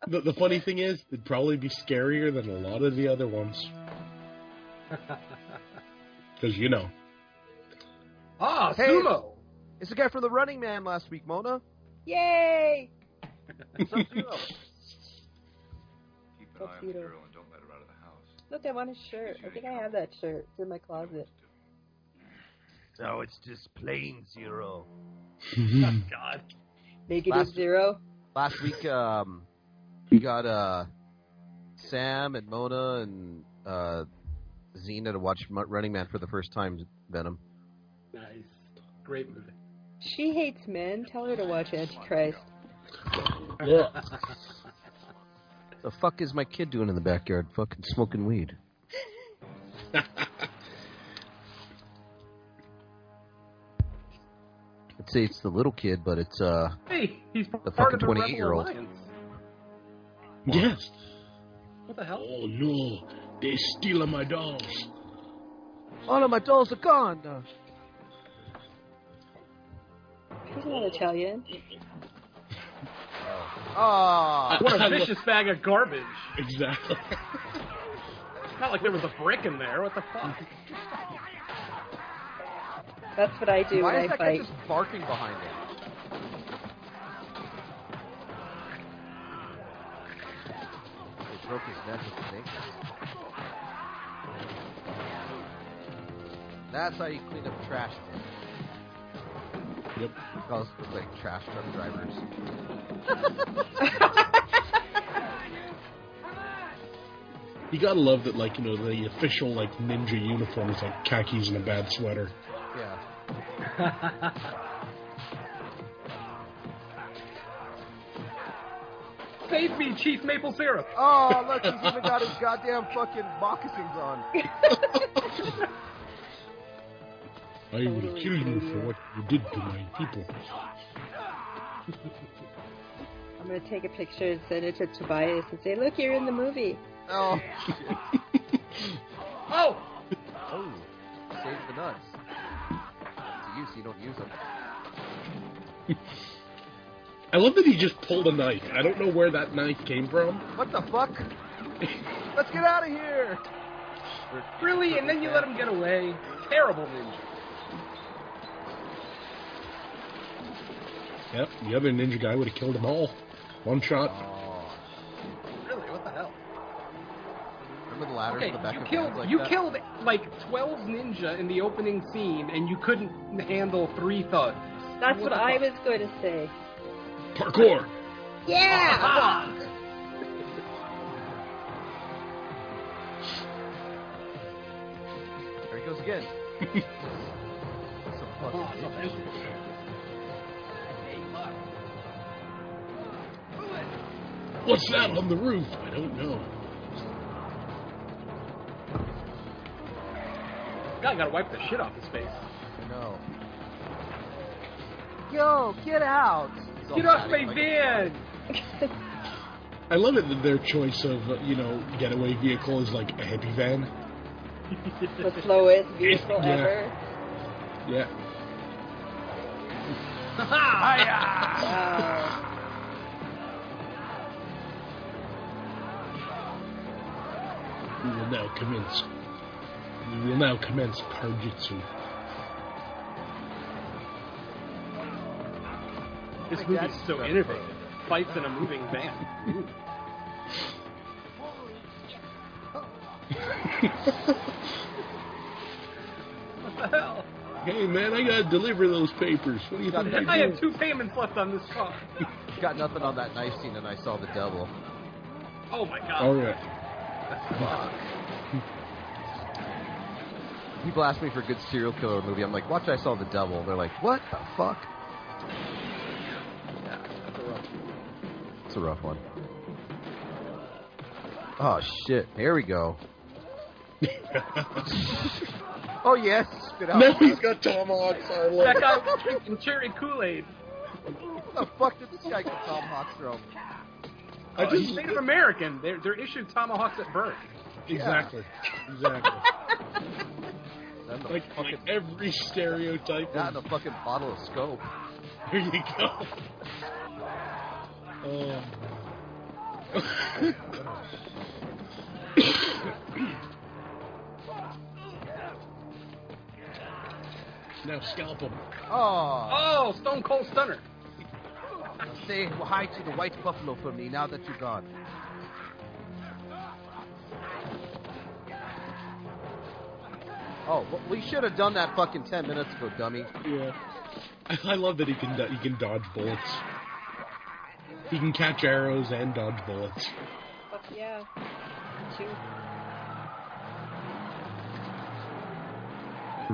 S9: The, the funny thing is, it'd probably be scarier than a lot of the other ones. Because, you know.
S8: Ah,
S4: Hey.
S8: sumo.
S4: It's the guy from The Running Man last week, Mona.
S10: Yay!
S4: Sub-Zero.
S11: Keep an eye on the
S10: Tuxedo.
S11: girl and don't let her out of the house.
S10: Look, I want a shirt. I think I have that shirt. It's in my closet.
S4: no, it's just plain zero.
S9: Mm-hmm.
S8: God.
S10: Negative
S4: Last-
S10: zero.
S4: Last week, um, we got uh, Sam and Mona and uh, Xena to watch Mu- Running Man for the first time. Venom.
S8: Nice. Great movie.
S10: She hates men. Tell her to watch Antichrist.
S9: Yeah.
S4: The fuck is my kid doing in the backyard? Fucking smoking weed. I'd say it's the little kid, but it's uh,
S8: Hey, he's part
S4: The fucking
S8: of the
S4: 28
S8: Rebel
S4: year old.
S8: Alliance.
S9: yes.
S8: What the hell?
S9: Oh, no. They're stealing my dolls.
S4: all of my dolls are gone. Uh,
S10: She's not Italian.
S4: Ah,
S8: What a vicious bag of garbage.
S9: Exactly.
S8: Not like there was a brick in there. What the fuck?
S10: That's what I do
S4: why
S10: when
S4: is
S10: I
S4: that guy
S10: fight.
S4: just barking behind him? They broke his neck with the naked. That's how you clean up trash. man.
S9: Yep.
S4: Those look like trash truck drivers.
S9: You gotta love that, like, you know, the official, like, ninja uniform is like khakis and a bad sweater.
S4: Yeah.
S8: Save me, Chief Maple Syrup.
S4: Oh, look, he's even got his goddamn fucking moccasins on.
S9: I will kill you for what you did to my people.
S10: I'm gonna take a picture and send it to Tobias and say, "Look, you're in the movie."
S4: Oh.
S8: Oh!
S4: Oh, save the nuts. It's a use, you don't use them.
S9: I love that he just pulled a knife. I don't know where that knife came from.
S4: What the fuck? Let's get out of here!
S8: Really? And then you let him get away? Terrible ninja.
S9: Yep, the other ninja guy would have killed them all. One shot.
S4: Oh,
S8: Really? What the hell?
S4: remember the ladders
S8: Okay,
S4: in the back
S8: you
S4: of
S8: killed
S4: vans like
S8: you
S4: that?
S8: killed like twelve ninja in the opening scene, and you couldn't handle three thugs.
S10: That's what
S8: the
S10: I
S8: fuck?
S10: was going to say.
S9: Parkour.
S8: Ah!
S17: Yeah!
S4: There he goes again. That's a fucking idiot.
S9: What's that on the roof? I don't know.
S8: God, I gotta wipe the shit off his face.
S4: I know.
S6: Yo, get out!
S8: Get off my van!
S9: I love it that their choice of uh, you know getaway vehicle is like a hippie van.
S10: the slowest vehicle
S9: Yeah.
S10: ever.
S9: Yeah.
S10: Wow.
S9: We will now commence. We will now commence Karjitsu.
S8: This
S9: Like
S8: movie's
S9: that's
S8: so
S9: stuff.
S8: innovative. Fights in a moving van. what the hell?
S9: Hey man, I gotta deliver those papers. What do you think?
S8: I
S9: I
S8: have
S9: do?
S8: two payments left on this car.
S4: Got nothing on that knife scene, and I saw the devil.
S8: Oh my god.
S9: All right.
S4: Fuck. People ask me for a good serial killer movie. I'm like, watch I Saw the Devil. They're like, what the fuck?
S8: That's a rough one.
S4: It's a rough one. Oh shit! Here we go. oh yes. Spit out.
S9: Now he's got tomahawks. I love
S8: That
S9: it.
S8: guy was drinking cherry Kool-Aid.
S4: What the fuck did this guy get tomahawks from?
S9: I
S8: I
S9: just-
S8: He's Native American. They're, they're issued tomahawks at birth.
S9: Exactly. Exactly.
S4: Not in the
S9: Like, like every stereotype.
S4: Not in a fucking bottle of scope.
S9: There you go. Oh. now scalp him.
S4: Oh.
S8: Oh, Stone Cold Stunner.
S4: Say hi to the white buffalo for me now that you're gone. Oh, well, we should have done that fucking ten minutes ago, dummy.
S9: Yeah. I love that he can do- he can dodge bullets. He can catch arrows and dodge bullets.
S10: Fuck yeah. Two.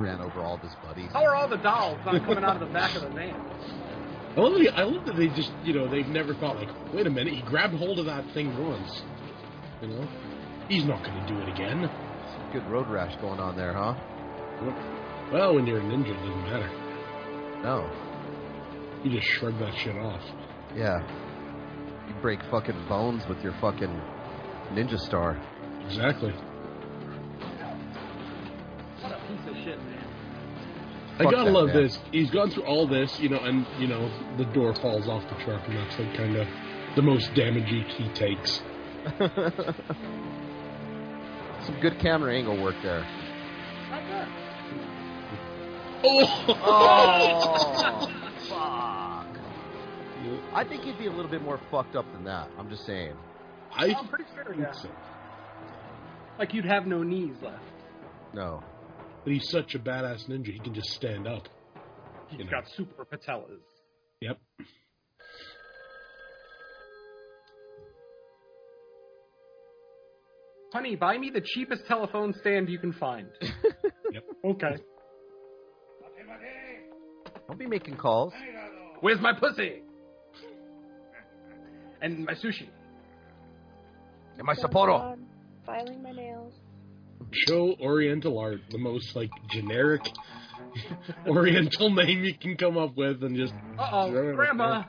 S4: Ran over all of his buddies.
S8: How are all the dolls not coming out of the back of the van?
S9: I love, that, I love that they just you know they've never thought like wait a minute he grabbed hold of that thing once, you know, he's not going to do it again.
S4: Good road rash going on there, huh?
S9: Well, when you're a ninja, it doesn't matter.
S4: No.
S9: You just shrug that shit off.
S4: Yeah. You break fucking bones with your fucking ninja star.
S9: Exactly.
S8: What a piece of shit, man.
S9: I
S4: Fuck
S9: gotta
S4: that
S9: love
S4: man.
S9: this. He's gone through all this, you know, and you know the door falls off the truck, and that's like kind of the most damage he, he takes.
S4: Some good camera angle work there.
S8: Not good.
S9: Oh.
S4: Oh, fuck. I think he'd be a little bit more fucked up than that. I'm just saying.
S9: I
S8: I'm pretty sure,
S9: think
S8: yeah.
S9: so.
S8: Like you'd have no knees left.
S4: No.
S9: But he's such a badass ninja, he can just stand up.
S8: He's
S9: You know.
S8: got super patellas.
S9: Yep.
S8: Honey, buy me the cheapest telephone stand you can find.
S9: Yep.
S8: Okay.
S4: Don't be making calls.
S8: Where's my pussy? And my sushi.
S4: And my
S10: Just
S4: Sapporo.
S10: on Filing my nails.
S9: Show Oriental art, the most like generic Oriental name you can come up with, and just
S8: Uh oh, Grandma.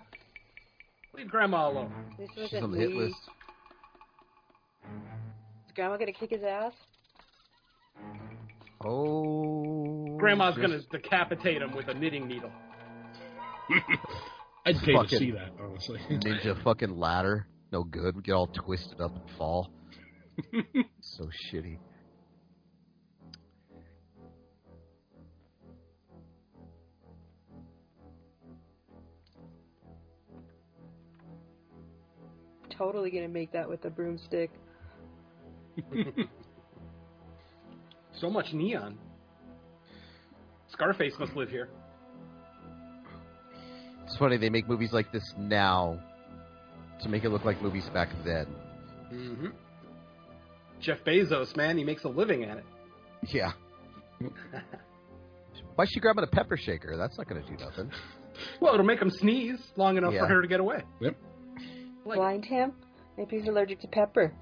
S8: Leave Grandma alone.
S10: This
S4: She's
S10: wasn't
S4: on the hit
S10: me.
S4: list.
S10: Is grandma gonna kick his ass?
S4: Oh.
S8: Grandma's
S4: just
S8: gonna decapitate him with a knitting needle.
S9: I'd pay to
S4: Fucking-
S9: see that honestly.
S4: Ninja fucking ladder. No good. We get all twisted up and fall. so shitty.
S10: Totally gonna make that with a broomstick.
S8: So much neon. Scarface must live here.
S4: It's funny. They make movies like this now to make it look like movies back then.
S8: Mm-hmm. Jeff Bezos, man, he makes a living at it.
S4: Yeah. Why is she grabbing a pepper shaker? That's not going to do nothing.
S8: Well, it'll make him sneeze long enough
S4: Yeah.
S8: for her to get away.
S9: Yep.
S10: Blind him? Maybe he's allergic to pepper.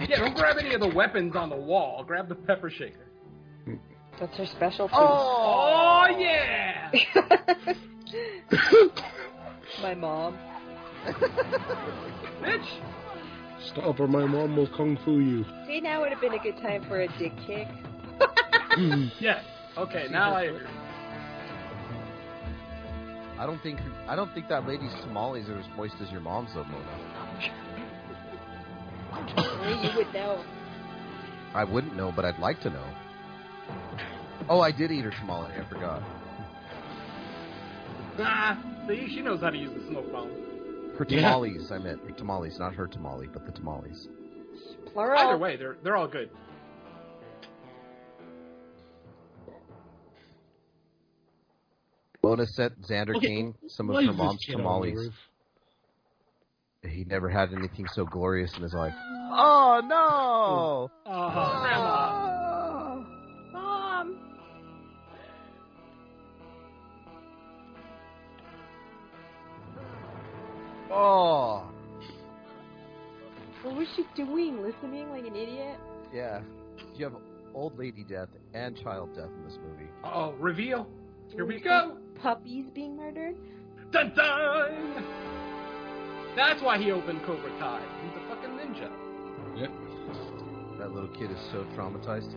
S8: Yeah, don't grab any of the weapons on the wall. Grab the pepper shaker.
S10: That's her specialty.
S8: Oh, yeah!
S10: My mom.
S8: Bitch!
S9: Stop or my mom will kung fu you.
S10: See, now would have been a good time for a dick kick.
S8: yes. Okay, now I agree.
S4: I don't think I don't think that lady's tamales are as moist as your mom's though, Mona.
S10: Only you would know.
S4: I wouldn't know, but I'd like to know. Oh, I did eat her tamale. I forgot.
S8: Ah, see, she knows how to use the smoke bomb.
S4: Her
S8: Yeah.
S4: tamales, I meant her tamales, not her tamale, but the tamales.
S10: Plural.
S8: Either way, they're they're all good.
S4: Bonus set Xander
S9: Okay,
S4: Kane, some
S9: why
S4: of her
S9: is this
S4: mom's
S9: kid on the
S4: tamales.
S9: roof?
S4: He never had anything so glorious in his life.
S6: Oh no!
S8: Oh,
S9: Uh-huh.
S8: grandma.
S10: Mom!
S4: Oh,
S10: What was she doing? Listening like an idiot?
S4: yeah. You have old lady death and child death in this movie.
S8: Oh, reveal. Here we go.
S10: Puppies being murdered?
S8: Dun dun. That's why he opened Cobra Kai. He's a fucking ninja.
S9: Yep.
S4: That little kid is so traumatized.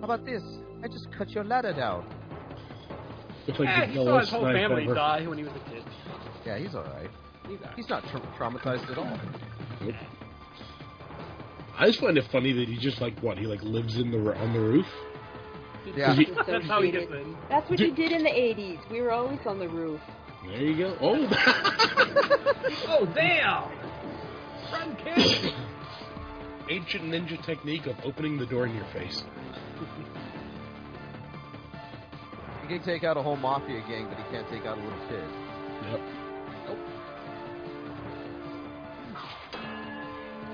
S4: How about this? I just cut your ladder down.
S9: It's like
S8: Eh,
S9: the
S8: he saw his
S9: dullest
S8: whole
S9: knife
S8: family
S9: ever.
S8: die when he was a kid.
S4: Yeah, he's all right.
S8: He's all right.
S4: He's not tra- traumatized at all.
S9: Nope. I just find it funny that he just like what he like lives in the ro- on the roof.
S4: Yeah.
S9: Does he-
S8: That's how he gets in.
S10: That's what you did in the 80s. We were always on the roof.
S9: There you go. Oh,
S8: Oh damn! Run, kid.
S9: ancient ninja technique of opening the door in your face.
S4: He can take out a whole mafia gang, but he can't take out a little kid.
S9: Yep.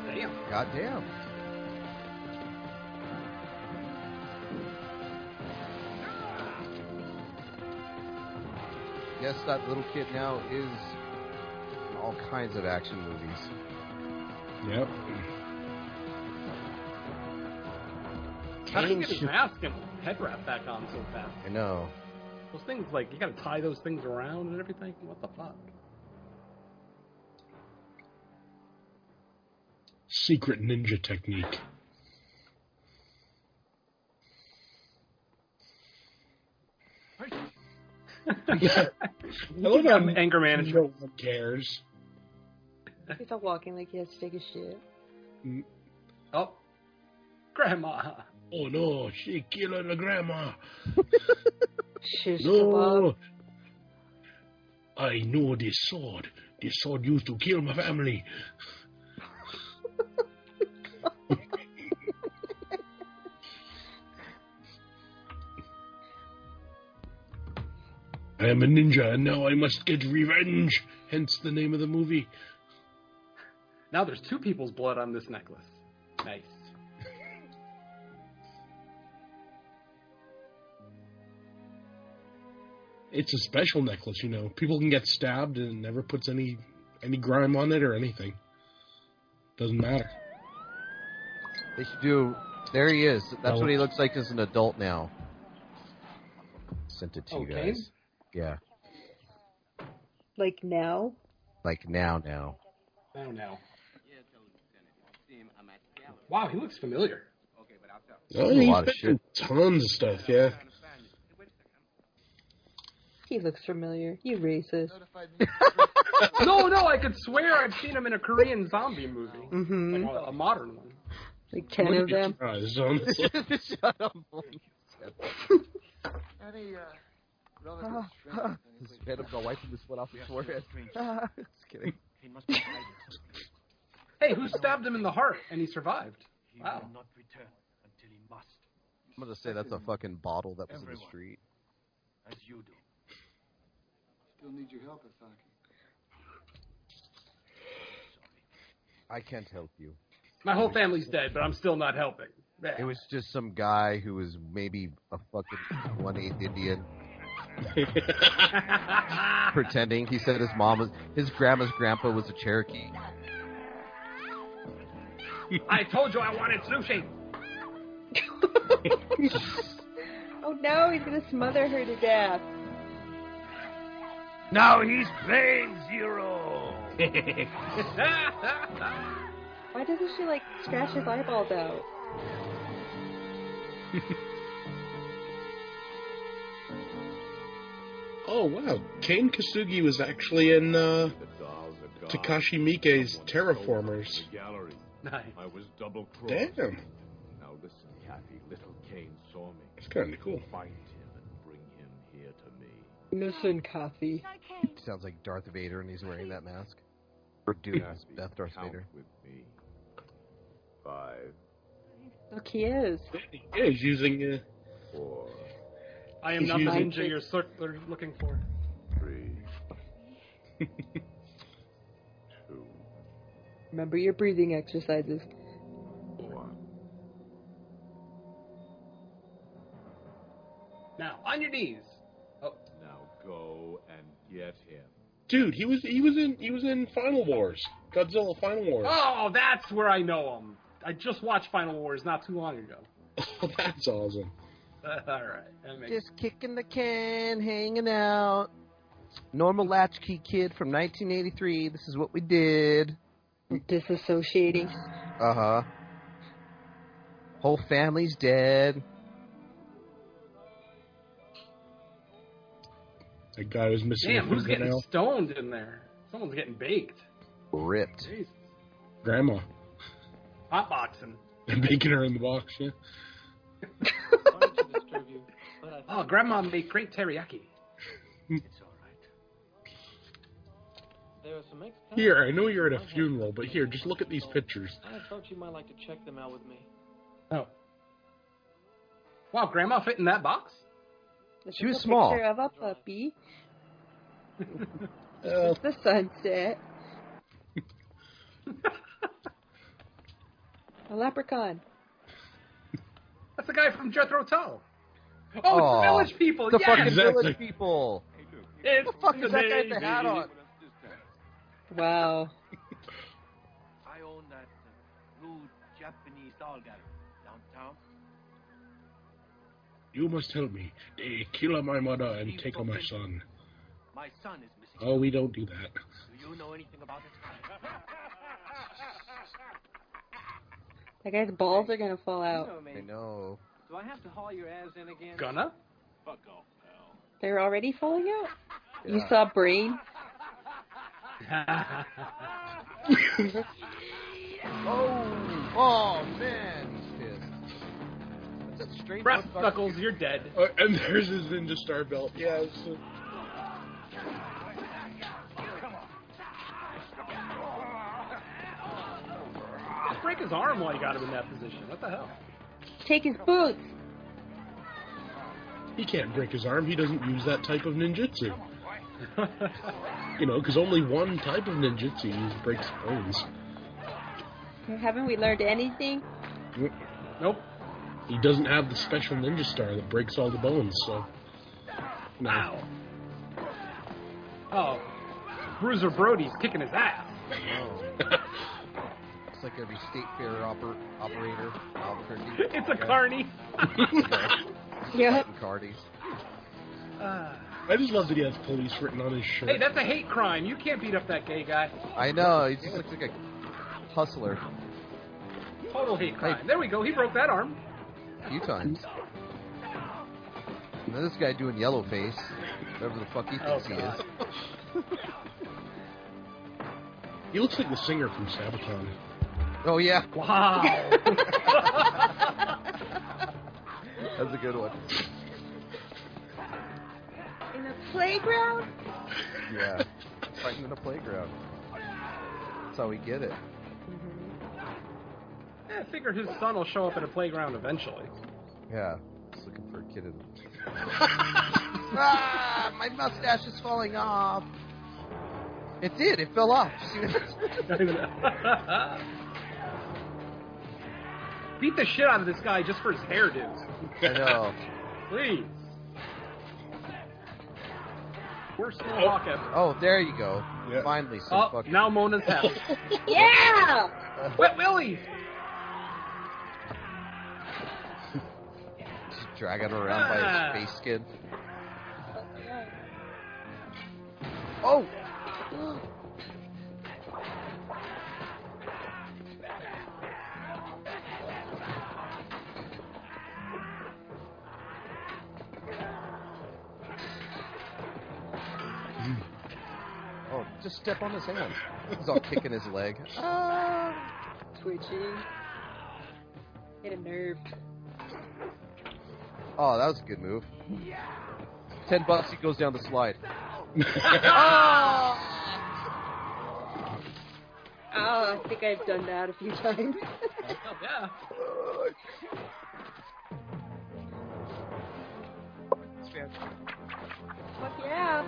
S8: Damn.
S4: Goddamn. Yes, that little kid now is in all kinds of action movies.
S9: Yep.
S8: How did he get his mask and head wrap back on so fast?
S4: I know.
S8: Those things like you gotta tie those things around and everything. What the fuck?
S9: Secret ninja technique. I love how
S8: Um, anger management.
S9: No one cares.
S10: He's all walking like he has to take a shit.
S8: Oh, grandma.
S9: Oh no, she killed the grandma.
S10: Shish kebab.
S9: No. I know this sword. This sword used to kill my family. I am a ninja and now I must get revenge. Hence the name of the movie.
S8: Now there's two people's blood on this necklace. Nice.
S9: It's a special necklace, you know. People can get stabbed and it never puts any any grime on it or anything. Doesn't matter.
S4: They should do. There he is. That's
S9: No.
S4: what he looks like as an adult now. Sent it to you
S8: Okay.
S4: guys. Yeah,
S10: Like now?
S4: like now, now.
S8: I don't know. Wow, he looks familiar.
S9: Oh,
S4: a
S9: he's
S4: lot of
S9: been in tons of stuff, yeah.
S10: He looks familiar. You racist.
S8: no, no, I could swear I've seen him in a Korean zombie movie,
S10: Mm-hmm.
S8: like a, a modern one.
S10: Like 10
S9: Wouldn't
S10: of
S9: be
S10: them.
S9: surprised, honestly.
S4: Shut up.
S13: Any uh, relative strength?
S4: His venom got wiping the sweat off his forehead. Just kidding.
S16: He must be hiding.
S8: Hey, who stabbed him in the heart and he survived?
S16: He
S8: Wow.
S16: will not return until he must,
S4: I'm gonna say that's a fucking bottle that was in the
S16: Everyone.
S4: street.
S16: as you do.
S13: Still need your help, Asaki.
S4: I can't help you.
S8: My whole family's dead, but I'm still not helping.
S4: It was just some guy who was maybe a fucking one eighth Indian. Pretending he said his mom was his grandma's grandpa was a Cherokee.
S8: I told you I wanted sushi.
S10: Oh no, he's gonna smother her to death.
S18: Now he's playing zero.
S10: Why doesn't she like scratch his eyeballs out?
S9: Oh wow, Kane Kasugi was actually in uh, Takashi Miike's Terraformers.
S11: Gallery. I was double crossed.
S9: Damn,
S11: Now listen, Kathy. Little Kane saw me.
S9: It's kinda cool.
S11: Find him and bring him here to me.
S10: Listen, Kathy.
S4: Sounds like Darth Vader, and he's wearing that mask. Or do not Death Darth Vader.
S11: With me. Five,
S10: Look, he is.
S9: yeah, he's using. Uh,
S11: four,
S8: I am
S9: He's
S8: not the
S9: using-
S8: ninja you're cir- you're looking for.
S11: three.
S10: Remember your breathing exercises.
S8: Now on your knees. Oh,
S11: now go and get him.
S9: Dude, he was he was in he was in Final Wars, Godzilla Final Wars.
S8: Oh, that's where I know him. I just watched Final Wars not too long ago. Oh.
S9: That's awesome.
S8: all right, that makes
S4: Just kicking the can, hanging out. Normal latchkey kid from 1983. This is what we did.
S10: Disassociating.
S4: Uh huh. Whole family's dead.
S9: That guy was missing
S8: Damn,
S9: a
S8: who's getting
S9: fingernail.
S8: stoned in there? Someone's getting baked.
S4: Ripped.
S8: Jeez,
S9: Grandma
S8: hot boxing.
S9: baking her in the box. Yeah.
S8: Oh, Grandma made great teriyaki.
S15: There are some ex-cons.
S9: Here, I know you're at a funeral, but here, just look at these pictures.
S15: I thought you might like to check them out with me.
S8: Wow, Grandma fit in that box?
S10: This
S4: She
S10: is
S4: was
S10: a
S4: small.
S10: Picture of a puppy.
S9: Oh.
S10: The sunset. a leprechaun.
S8: That's the guy from Jethro Tull. Oh, it's
S4: Aw,
S8: the village people.
S4: The
S8: Oh, yes!
S4: fucking village people.
S8: It's
S4: the fuck is that guy with the hat on?
S10: Wow.
S16: I own that uh, rude Japanese doll gallery downtown.
S9: You must help me. They kill my mother and take my son.
S16: My son is missing.
S9: Oh, we don't do that.
S16: Do you know anything about it?
S10: That guy's balls are gonna fall
S15: You
S10: out.
S15: know me.
S4: I know.
S15: Do I have to haul your ass in again?
S8: Gonna?
S15: Fuck off, pal.
S10: They're already falling out. You
S4: Yeah.
S10: saw brain.
S4: Oh, oh man, he's pissed. That's a straight
S8: Breath
S4: motherfucker.
S8: knuckles, you're dead.
S9: Uh, and there's his ninja star belt. Yes.
S8: Just break his arm while you got him in that position. What the hell?
S10: Take his boots.
S9: He can't break his arm. He doesn't use that type of ninjutsu. you know, because only one type of ninjutsu uses breaks bones.
S10: Haven't we learned anything?
S8: Nope.
S9: He doesn't have the special ninja star that breaks all the bones. So. No.
S8: Wow. Oh, Bruiser Brody's kicking his ass.
S4: It's Oh. like every state fair oper- operator. Albuquerque.
S8: It's a carny.
S10: Yep.
S4: Fucking Cardies.
S8: Uh,
S9: I just love that he has police written on his shirt.
S8: hey, that's a hate crime. You can't beat up that gay guy.
S4: I know. He just looks like a hustler.
S8: Total hate crime. There we go. He broke that arm.
S4: A few times. And then this guy doing yellow face. Whatever the fuck he thinks he is.
S9: He looks like the singer from Sabaton.
S4: Oh yeah,
S8: Wow.
S4: that's a good one.
S10: In the playground?
S4: Yeah, fighting in a playground. That's how we get it.
S8: Eh, I figure his son will show up at a playground eventually.
S4: Yeah, just looking for a kid in. ah, my mustache is falling off. It did. It fell off.
S8: Beat the shit out of this guy just for his hairdo.
S4: I know.
S8: Please. We're still oh. Hawk
S4: Oh, there you go. Yeah. Finally, some
S8: oh,
S4: fucking...
S8: now Mona's happy.
S17: yeah.
S8: Wet Willie.
S4: Just dragging him around by his face skin. Oh. oh, just step on his hand. He's all kicking his leg.
S10: Uh, twitching. Hit a nerve.
S4: Oh, that was a good move. Ten bucks, he goes down the slide.
S10: oh. oh, I think I've done that a few times.
S8: oh, yeah.
S10: Fuck yeah.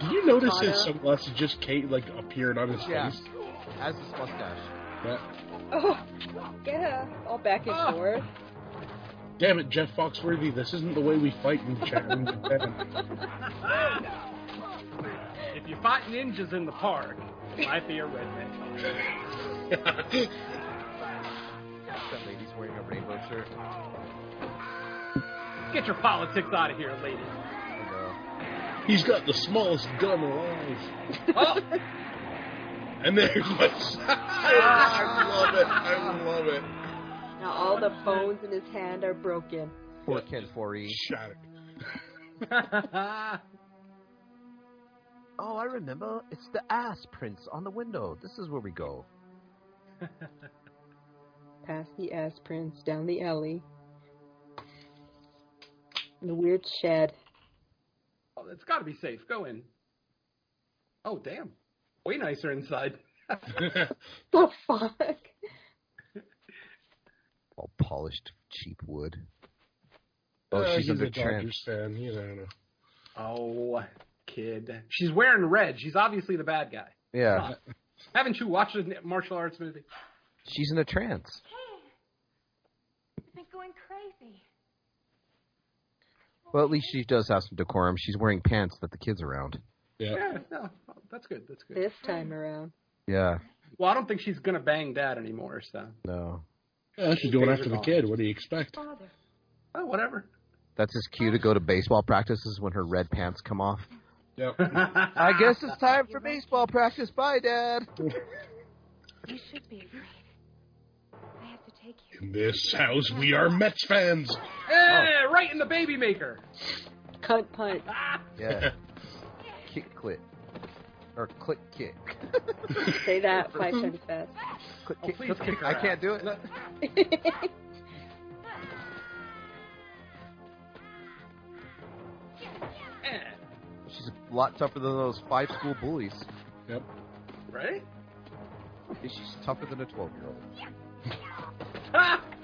S9: Do you notice Mono. his sunglasses just came, like appeared on his
S4: yeah.
S9: face?
S4: As his mustache.
S9: Yeah.
S10: Oh, yeah. All back and oh. forth
S9: damn it, Jeff Foxworthy, this isn't the way we fight in Japan.
S8: if you fight ninjas in the park, might be a redneck.
S4: that lady's wearing a rainbow shirt.
S8: Get your politics out of here, lady.
S9: He's got the smallest gun alive.
S8: Oh.
S9: And there he was. I love it. I love it.
S10: Now all the phones in his hand are broken.
S4: Poor Ken E. 4E.
S9: Shut
S4: oh, I remember. It's the ass prints on the window. This is where we go.
S10: Past the ass prints, down the alley. In the weird shed.
S8: Oh, it's gotta be safe. Go in. Oh, damn. Way nicer inside.
S10: the fuck?
S4: all polished cheap wood.
S9: Oh, uh, she's he's a Dodgers fan. You know.
S8: Oh, kid. She's wearing red. She's obviously the bad guy.
S4: Yeah.
S8: Haven't you watched a martial arts movie?
S4: She's in a trance.
S5: King, you've been going crazy.
S4: Well, at least she does have some decorum. She's wearing pants that the kids around.
S9: Yeah.
S8: Yeah. No, that's good. That's good.
S10: This time around.
S4: Yeah.
S8: Well, I don't think she's gonna bang dad anymore. So.
S4: No.
S9: Yeah, she's going after the kid. What do you expect? Father.
S8: Oh, whatever.
S4: That's his cue to go to baseball practices when her red pants come off.
S9: Yep.
S4: I guess it's time for baseball practice. Bye, Dad.
S5: you should be afraid. I have to take you.
S9: In this house, we are Mets fans.
S8: Hey, oh. right in the baby maker.
S10: Cut punt.
S4: Ah. Yeah. kick click. Or click kick.
S10: Say that five times fast.
S4: Click, oh, please kick, kick I can't do it. No.
S10: Mm-hmm.
S4: She's a lot tougher than those five school bullies.
S9: Yep.
S8: Right?
S4: She's tougher than a 12 year old.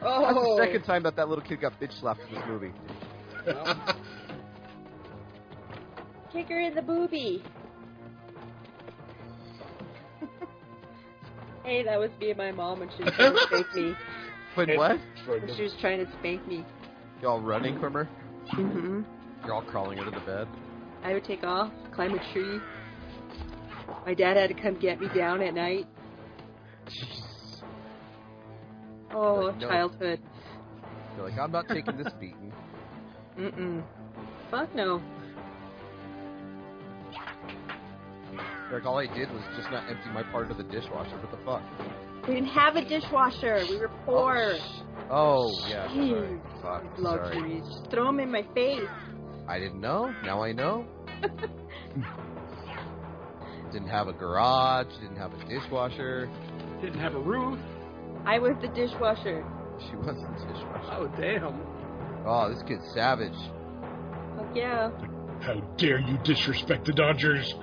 S4: oh. That's the second time that that little kid got bitch slapped in this movie.
S10: Kick her in the boobie. Hey, that was me and my mom when she was trying to spank me.
S4: When what?
S10: When she was trying to spank me.
S4: Y'all running from her?
S10: Mm-hmm.
S4: You're all crawling under the bed.
S10: I would take off, climb a tree. My dad had to come get me down at night.
S4: Jeez.
S10: Oh, like, no. childhood.
S4: You're like, I'm not taking this beating.
S10: Mm-mm. Fuck no.
S4: Like all I did was just not empty my part of the dishwasher. What the fuck?
S10: We didn't have a dishwasher. We were poor.
S4: Oh, sh- oh yeah. Sorry. Fuck.
S10: Luxuries. Just throw them in my face.
S4: I didn't know. Now I know. didn't have a garage. Didn't have a dishwasher.
S8: Didn't have a roof.
S10: I was the dishwasher.
S4: She was the dishwasher.
S8: Oh damn.
S4: Oh, this kid's savage.
S10: Fuck yeah.
S9: How dare you disrespect the Dodgers?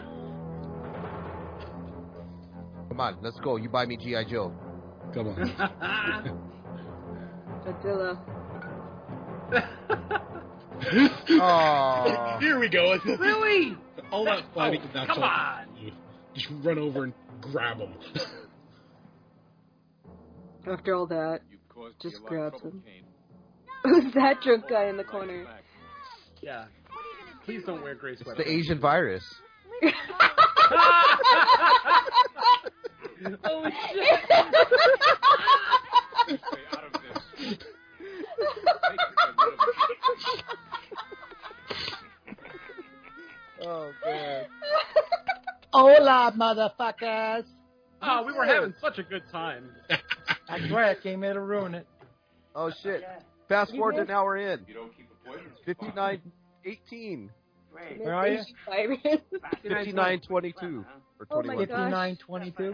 S4: Come on, let's go. You buy me G.I. Joe.
S9: Come on.
S10: Godzilla.
S4: Aww.
S9: Here we go.
S8: Lily!
S9: all that fighting. That's
S18: Come
S9: all.
S18: on!
S9: Just run over and grab him.
S10: After all that,
S11: You've caused me
S10: just
S11: a lot
S10: grabs
S11: of trouble,
S10: him.
S11: Kane.
S10: Who's that drunk guy in the corner?
S8: Yeah. Please don't wear gray
S4: It's
S8: sweaters.
S4: the Asian virus.
S18: oh
S11: Stay out of this.
S4: Oh god.
S19: Hola, motherfuckers.
S8: Oh, we were having such a good time.
S19: I swear I came here to ruin it.
S4: Oh shit. Fast
S19: You
S4: forward to
S19: missed-
S4: now we're in.
S11: You don't keep appointments.
S4: 59 18.
S2: Great.
S19: Where are you?
S4: Fifty-nine twenty-two or
S19: Oh my
S4: 21.
S19: gosh. 5922.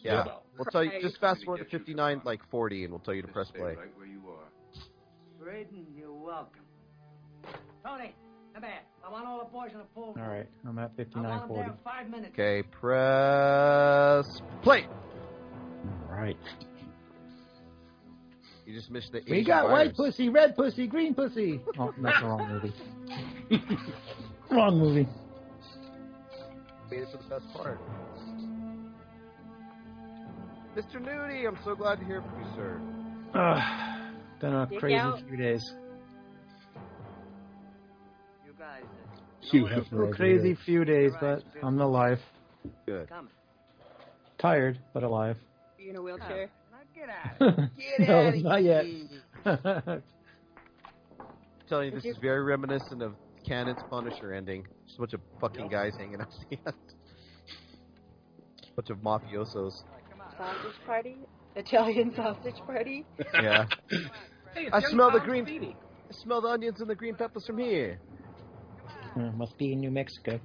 S4: Yeah.
S8: Yeah.
S4: We'll tell you just fast
S11: Christ.
S4: forward to 59 like 40 and we'll tell you to press
S11: Stay
S4: play.
S11: right where you are.
S2: Braden, you're welcome. Tony, come here. I want all the boys in the pool.
S19: All right, I'm at
S2: I want them
S19: 5940.
S2: there in five minutes.
S4: Okay, press play.
S19: All right.
S4: You just missed the
S19: We
S4: Asian
S19: got
S4: virus.
S19: white pussy, red pussy, green pussy. Oh, that's the wrong movie. wrong movie.
S4: Waited for the best part. Mr. Nudie, I'm so glad to hear from you, sir.
S19: Ugh, been a
S2: Dig
S19: crazy
S2: out.
S19: few days.
S2: You guys,
S9: Hugh
S19: A
S9: Hefner.
S19: crazy few days, but I'm alive.
S4: Good.
S2: Come.
S19: Tired, but alive.
S10: Are you in a wheelchair?
S2: Get out.
S19: no, not yet.
S4: I'm telling you, this is very reminiscent of Cannon's Punisher ending. Just a bunch of fucking guys hanging out at the end. bunch of mafiosos.
S10: Sausage party? Italian sausage party?
S4: Yeah.
S8: Hey, it's
S4: I
S8: young
S4: smell the
S8: Tom
S4: green.
S8: Speedy.
S4: I smell the onions and the green peppers from here.
S19: Uh, Must be in New Mexico.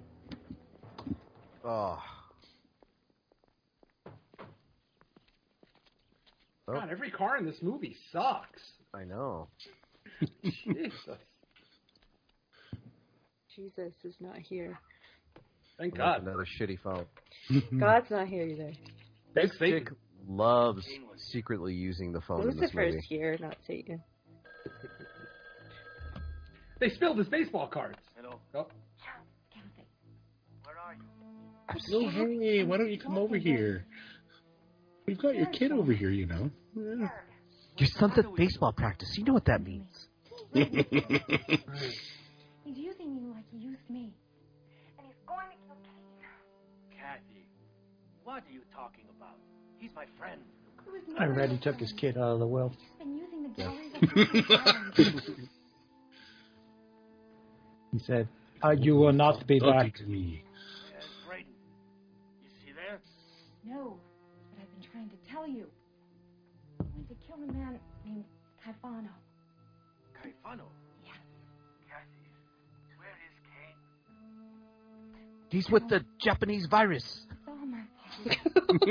S4: Oh. Oh.
S8: God, every car in this movie sucks.
S4: I know.
S8: Jesus.
S10: Jesus is not here.
S8: Thank
S4: Like
S8: God.
S4: Another shitty phone.
S19: Hmm.
S10: God's not here either.
S4: This
S8: Thanks,
S4: chick
S8: Satan.
S4: loves secretly using the phone in this
S10: Lucifer's
S4: movie.
S10: here, not Satan.
S8: They spilled his baseball cards.
S16: Hello.
S8: Oh.
S16: Where are you?
S9: No, hey, why don't you come over here? We've got your kid over here, you know.
S6: Your son's at baseball practice. You know what that means.
S5: He's using you like he used me. And he's going to kill Kane.
S16: Kathy, what are you talking about? He's my friend.
S5: He was
S19: I
S5: never
S19: read he
S5: your
S19: took his
S5: friend.
S19: kid out of the well.
S5: He's been using the galleries of his mind.
S19: He said, uh, "You will not be back."
S16: Yes, Braden. You see there?
S5: No, but I've been trying to tell you. I went to kill a man named Kaifano.
S16: Kaifano.
S5: Yes.
S16: Kathy, where is Kane?
S6: He's with the Japanese virus.
S5: It's all my fault. He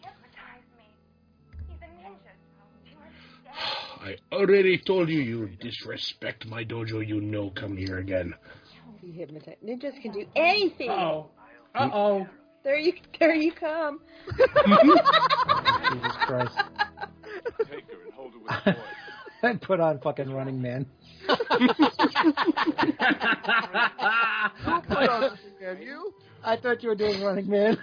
S5: hypnotized me. He's a ninja. Do you understand?
S9: I already told you you disrespect my dojo. You know, come here again.
S10: He hypnotized. Ninjas can do
S11: Oh.
S10: anything.
S19: Oh.
S8: Uh-oh. Uh-oh.
S10: There you, there you come.
S19: Jesus Christ!
S11: Take her and hold her with the boy.
S19: I put on fucking Running Man.
S4: Have you?
S19: I thought you were doing Running Man.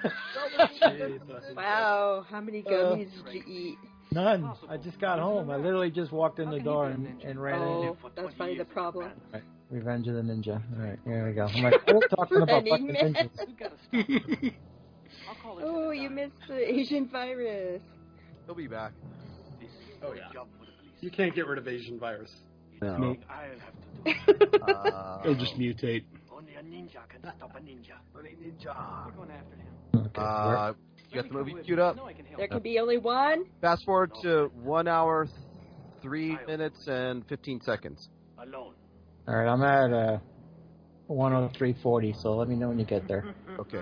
S10: Wow, how many gummies
S19: Uh,
S10: did you eat?
S19: None. I just got home. I literally just walked in the door and, and ran in.
S10: Oh, that's probably the problem.
S19: Revenge of the Ninja. All right, here we go. I'm like, we're talking about fucking
S10: Running Man.
S19: ninjas.
S16: I'll call it.
S10: Oh, you missed the Asian virus.
S4: He'll be back.
S16: This is
S8: Oh,
S16: your
S8: yeah.
S16: job for the police.
S8: You can't get rid of Asian virus.
S4: No.
S9: Nope.
S16: I'll have to do
S4: Uh,
S9: It'll just mutate.
S16: it. Only a ninja can stop a ninja.
S4: ninja.
S19: Ah,
S15: We're going after him.
S4: Uh, you got the movie queued up.
S15: No, I can help.
S10: There can be only one.
S4: Fast forward to one hour, three minutes and fifteen seconds.
S16: Alone.
S19: All right, I'm at uh, 103.40, so let me know when you get there.
S4: Okay.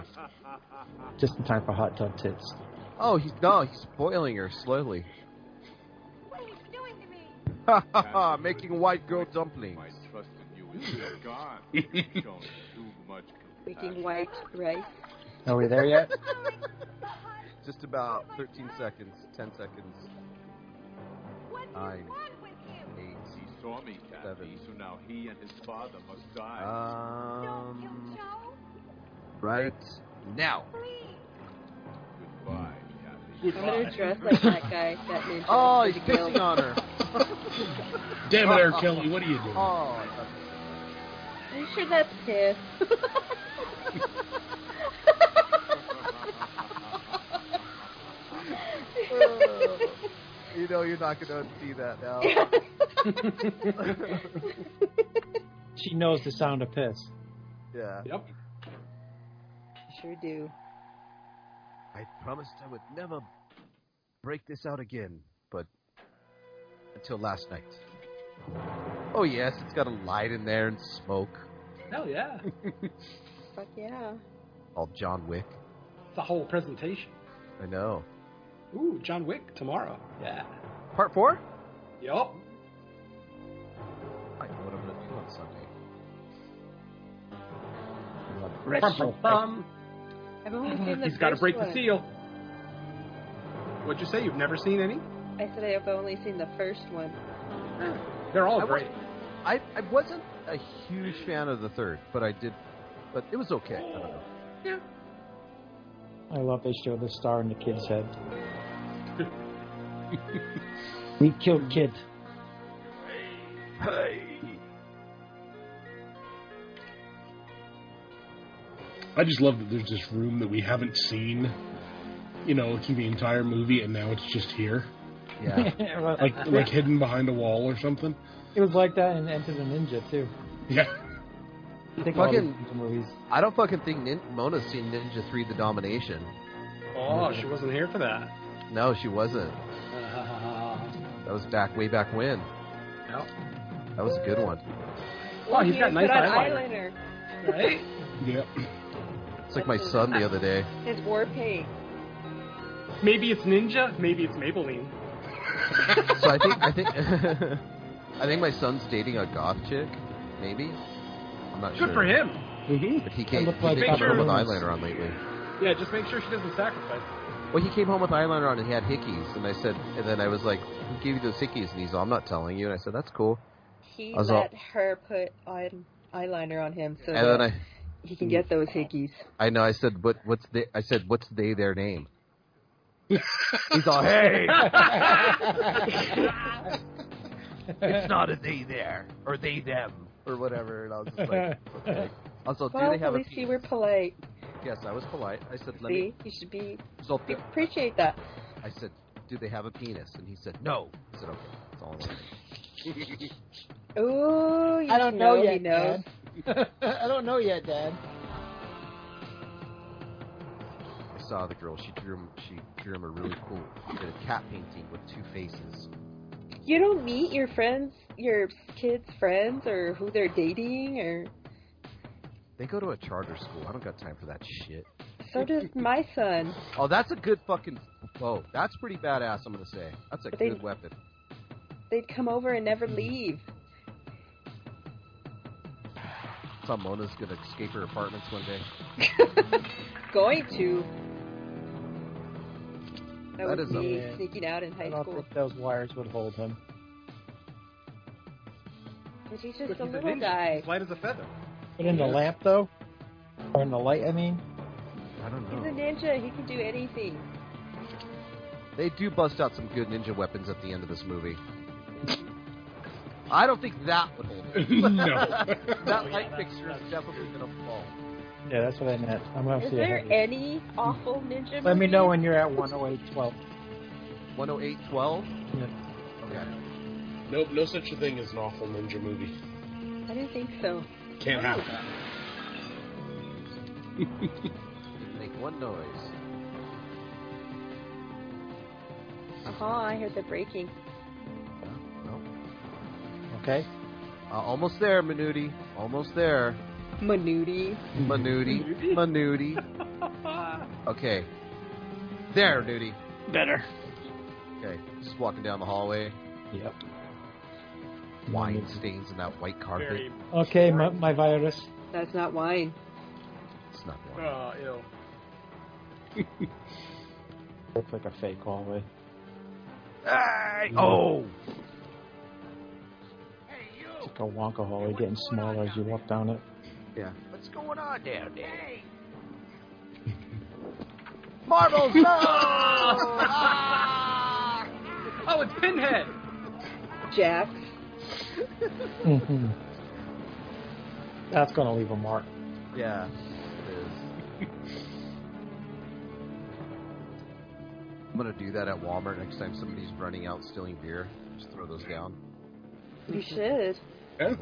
S19: Just in time for hot tub tits.
S4: Oh, he's no, he's spoiling her slowly.
S5: What are you doing to me?
S4: Ha ha ha! Making white girl dumplings.
S11: My trust in you is gone. You've shown too much compassion.
S10: Making white rice.
S19: Are we there yet?
S5: Oh
S4: Just about thirteen seconds, ten seconds,
S5: What do
S4: Nine.
S5: you want with him?
S4: eight.
S11: He's saw me, Taffy, so now he and his father must
S4: Ah.
S11: die.
S4: Um, right now.
S11: Goodbye, Taffy.
S10: I'm gonna dress like that guy, that ninja.
S4: Oh,
S10: with
S4: he's
S10: the
S4: pissing
S10: guild.
S4: on her.
S9: Damn it, R. Kelly, what are you doing?
S4: Oh,
S10: Are you sure that's his?
S4: you know you're not going to see that now.
S19: She knows the sound of piss.
S4: yeah.
S8: Yep.
S10: sure do.
S4: I promised I would never break this out again, but until last night. Oh yes, it's got a light in there and smoke.
S8: Hell yeah.
S10: Fuck yeah.
S4: All John Wick.
S8: the whole presentation.
S4: I know.
S8: Ooh, John Wick tomorrow. Yeah.
S4: Part four?
S8: Yup.
S4: I know what I'm gonna do on Sunday.
S8: Bum, bum,
S10: I've only seen
S8: bum.
S10: the
S8: He's got to
S10: first
S8: break
S10: one.
S8: the seal. What'd you say? You've never seen any?
S10: I said I've only seen the first one.
S8: They're all
S4: I
S8: Oh, great.
S4: I, I wasn't a huge fan of the third, but I did but it was okay. I don't know.
S19: I love they show the star in the kid's head. we killed kid.
S9: I just love that there's this room that we haven't seen, you know, through the entire movie, and now it's just here.
S4: Yeah.
S9: like like hidden behind a wall or something.
S19: It was like that in Enter the Ninja too.
S9: Yeah.
S19: I think all the
S4: Fucking,
S19: ninja movies.
S4: I don't fucking think Nin- Mona's seen Ninja 3 The Domination.
S8: Oh, she wasn't here for that.
S4: No, she wasn't.
S8: Uh,
S4: That was back way back when.
S8: Yep.
S4: That was a good one.
S8: Oh, he's got nice eyeliner. Right?
S9: Yeah.
S4: It's like my son the other day.
S10: His war paint.
S8: Maybe it's Ninja. Maybe it's Maybelline.
S4: So I think I think I think my son's dating a goth chick, maybe. I'm not sure.
S8: Good for him.
S9: Mm-hmm.
S4: But he came,
S19: It
S4: he
S19: looked like
S4: came home with
S19: Peppermint.
S4: eyeliner on lately.
S8: Yeah, just make sure she doesn't sacrifice.
S4: Well, he came home with eyeliner on and he had hickeys, and I said, and then I was like, "Who gave you those hickeys?" And he's all, "I'm not telling you." And I said, "That's cool."
S10: He
S4: I was
S10: let her put on eyeliner on him so
S4: And then
S10: that
S4: I,
S10: he can get those hickeys.
S4: I know, I said, "What? What's the?" I said, "What's they their name?" he's all, "Hey, it's not a they there or they them or whatever." And I was just like, okay. also, do
S10: well,
S4: they have
S10: at
S4: a?
S10: least you were polite.
S4: Yes, I was polite. I said, "Let
S10: See,
S4: me."
S10: you should be
S4: So th-
S10: appreciate that.
S4: I said, "Do they have a penis?" And he said, "No." I said, "Okay, that's all." I wanted.
S10: Ooh, you
S17: I don't
S10: know,
S17: know
S10: he
S17: yet,
S10: knows.
S17: Dad. I don't know yet, Dad.
S4: I saw the girl. She drew him. She drew him a really cool she did a cat painting with two faces.
S10: You don't meet your friends, your kids' friends, or who they're dating, or
S4: They go to a charter school. I don't got time for that shit.
S10: so does my son.
S4: Oh, that's a good fucking bow. That's pretty badass. I'm gonna say that's a
S10: But they-
S4: good weapon.
S10: They'd come over and never leave.
S4: Some Mona's gonna escape her apartments one day.
S10: Going to. That,
S4: That
S10: was
S4: is a-
S10: me sneaking out in
S19: I
S10: high
S19: don't
S10: school.
S19: think those wires would hold him.
S10: But
S8: But
S10: he's just
S8: he's
S10: a
S8: a
S10: little
S8: ninja.
S10: guy.
S8: He's light as a feather.
S19: But in the
S4: Yes.
S19: lamp though, or in the light, I mean.
S4: I don't
S10: He's a
S4: know.
S10: ninja. He can do anything.
S4: They do bust out some good ninja weapons at the end of this movie. I don't think that would hold. up.
S9: no.
S4: that light fixture is definitely gonna fall.
S19: Yeah, that's what I meant. I'm gonna
S10: Is
S19: see
S10: there
S19: it.
S10: any awful ninja?
S19: Let me
S10: movies?
S19: know when you're at 10812.
S4: 10812.
S19: Yeah.
S4: Okay.
S9: Nope, no such a thing as an awful ninja movie.
S10: I didn't think so.
S9: Can't happen.
S4: Make one noise.
S10: Oh, I heard the breaking.
S4: No.
S19: Okay.
S4: Uh, almost there, Minuti. Almost there,
S10: Manuti.
S4: Minuti. Minuti. Okay. There, Nudie.
S19: Better.
S4: Okay. Just walking down the hallway.
S19: Yep.
S4: Wine stains in that white carpet.
S8: Very.
S19: Okay, my, my virus.
S10: That's not wine.
S4: It's not wine.
S8: Oh, ew.
S19: Looks like a fake uh, hallway.
S4: Hey! Oh!
S19: like a Wonka hole. You're getting smaller as you walk down it.
S4: Yeah.
S18: What's going on down there? Hey!
S4: Marbles, no!
S8: oh, it's Pinhead!
S10: Jack.
S19: hmm That's gonna leave a mark.
S4: Yeah. It is. I'm gonna do that at Walmart next time somebody's running out stealing beer. Just throw those down.
S10: You should.
S9: Yeah.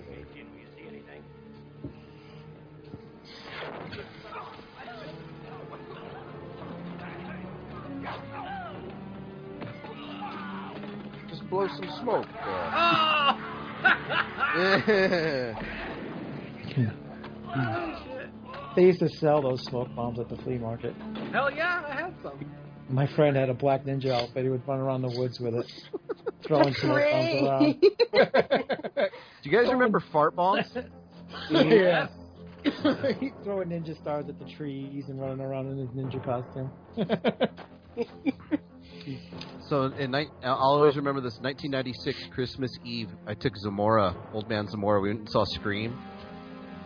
S4: Just blow some smoke. uh.
S19: They used to sell those smoke bombs at the flea market.
S8: Hell yeah, I had some.
S19: My friend had a black ninja outfit. He would run around the woods with it, throwing smoke bombs
S10: Great.
S19: around.
S4: Do you guys remember fart bombs?
S19: yeah. He'd throwing ninja stars at the trees and running around in his ninja costume.
S4: So in ni- I'll always remember this 1996 Christmas Eve. I took Zamora, old man Zamora. We went and saw Scream,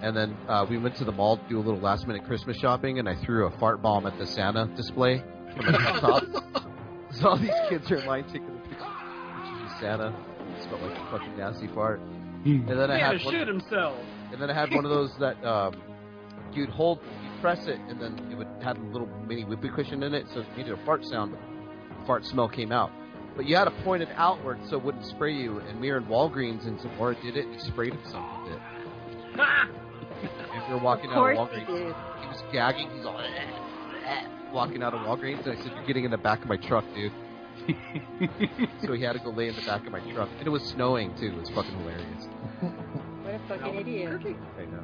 S4: and then uh, we went to the mall to do a little last minute Christmas shopping. And I threw a fart bomb at the Santa display from the top. so all these kids are in line taking the pictures of Santa. It smelled like a fucking nasty fart. And then
S8: Man,
S4: I had
S8: to
S4: one,
S8: shoot himself.
S4: and then I had one of those that um, you'd hold, you press it, and then it would have a little mini whoopee cushion in it, so if you did a fart sound, the fart smell came out. But you had to point it outward so it wouldn't spray you. And we were in Walgreens, and Zamora did it, and he sprayed himself with it. if you're walking out of
S10: course he
S4: Walgreens,
S10: did.
S4: he was gagging. He's all walking out of Walgreens, and I said, "You're getting in the back of my truck, dude." so he had to go lay in the back of my truck, and it was snowing too. It was fucking hilarious.
S10: What a fucking idiot.
S4: I know.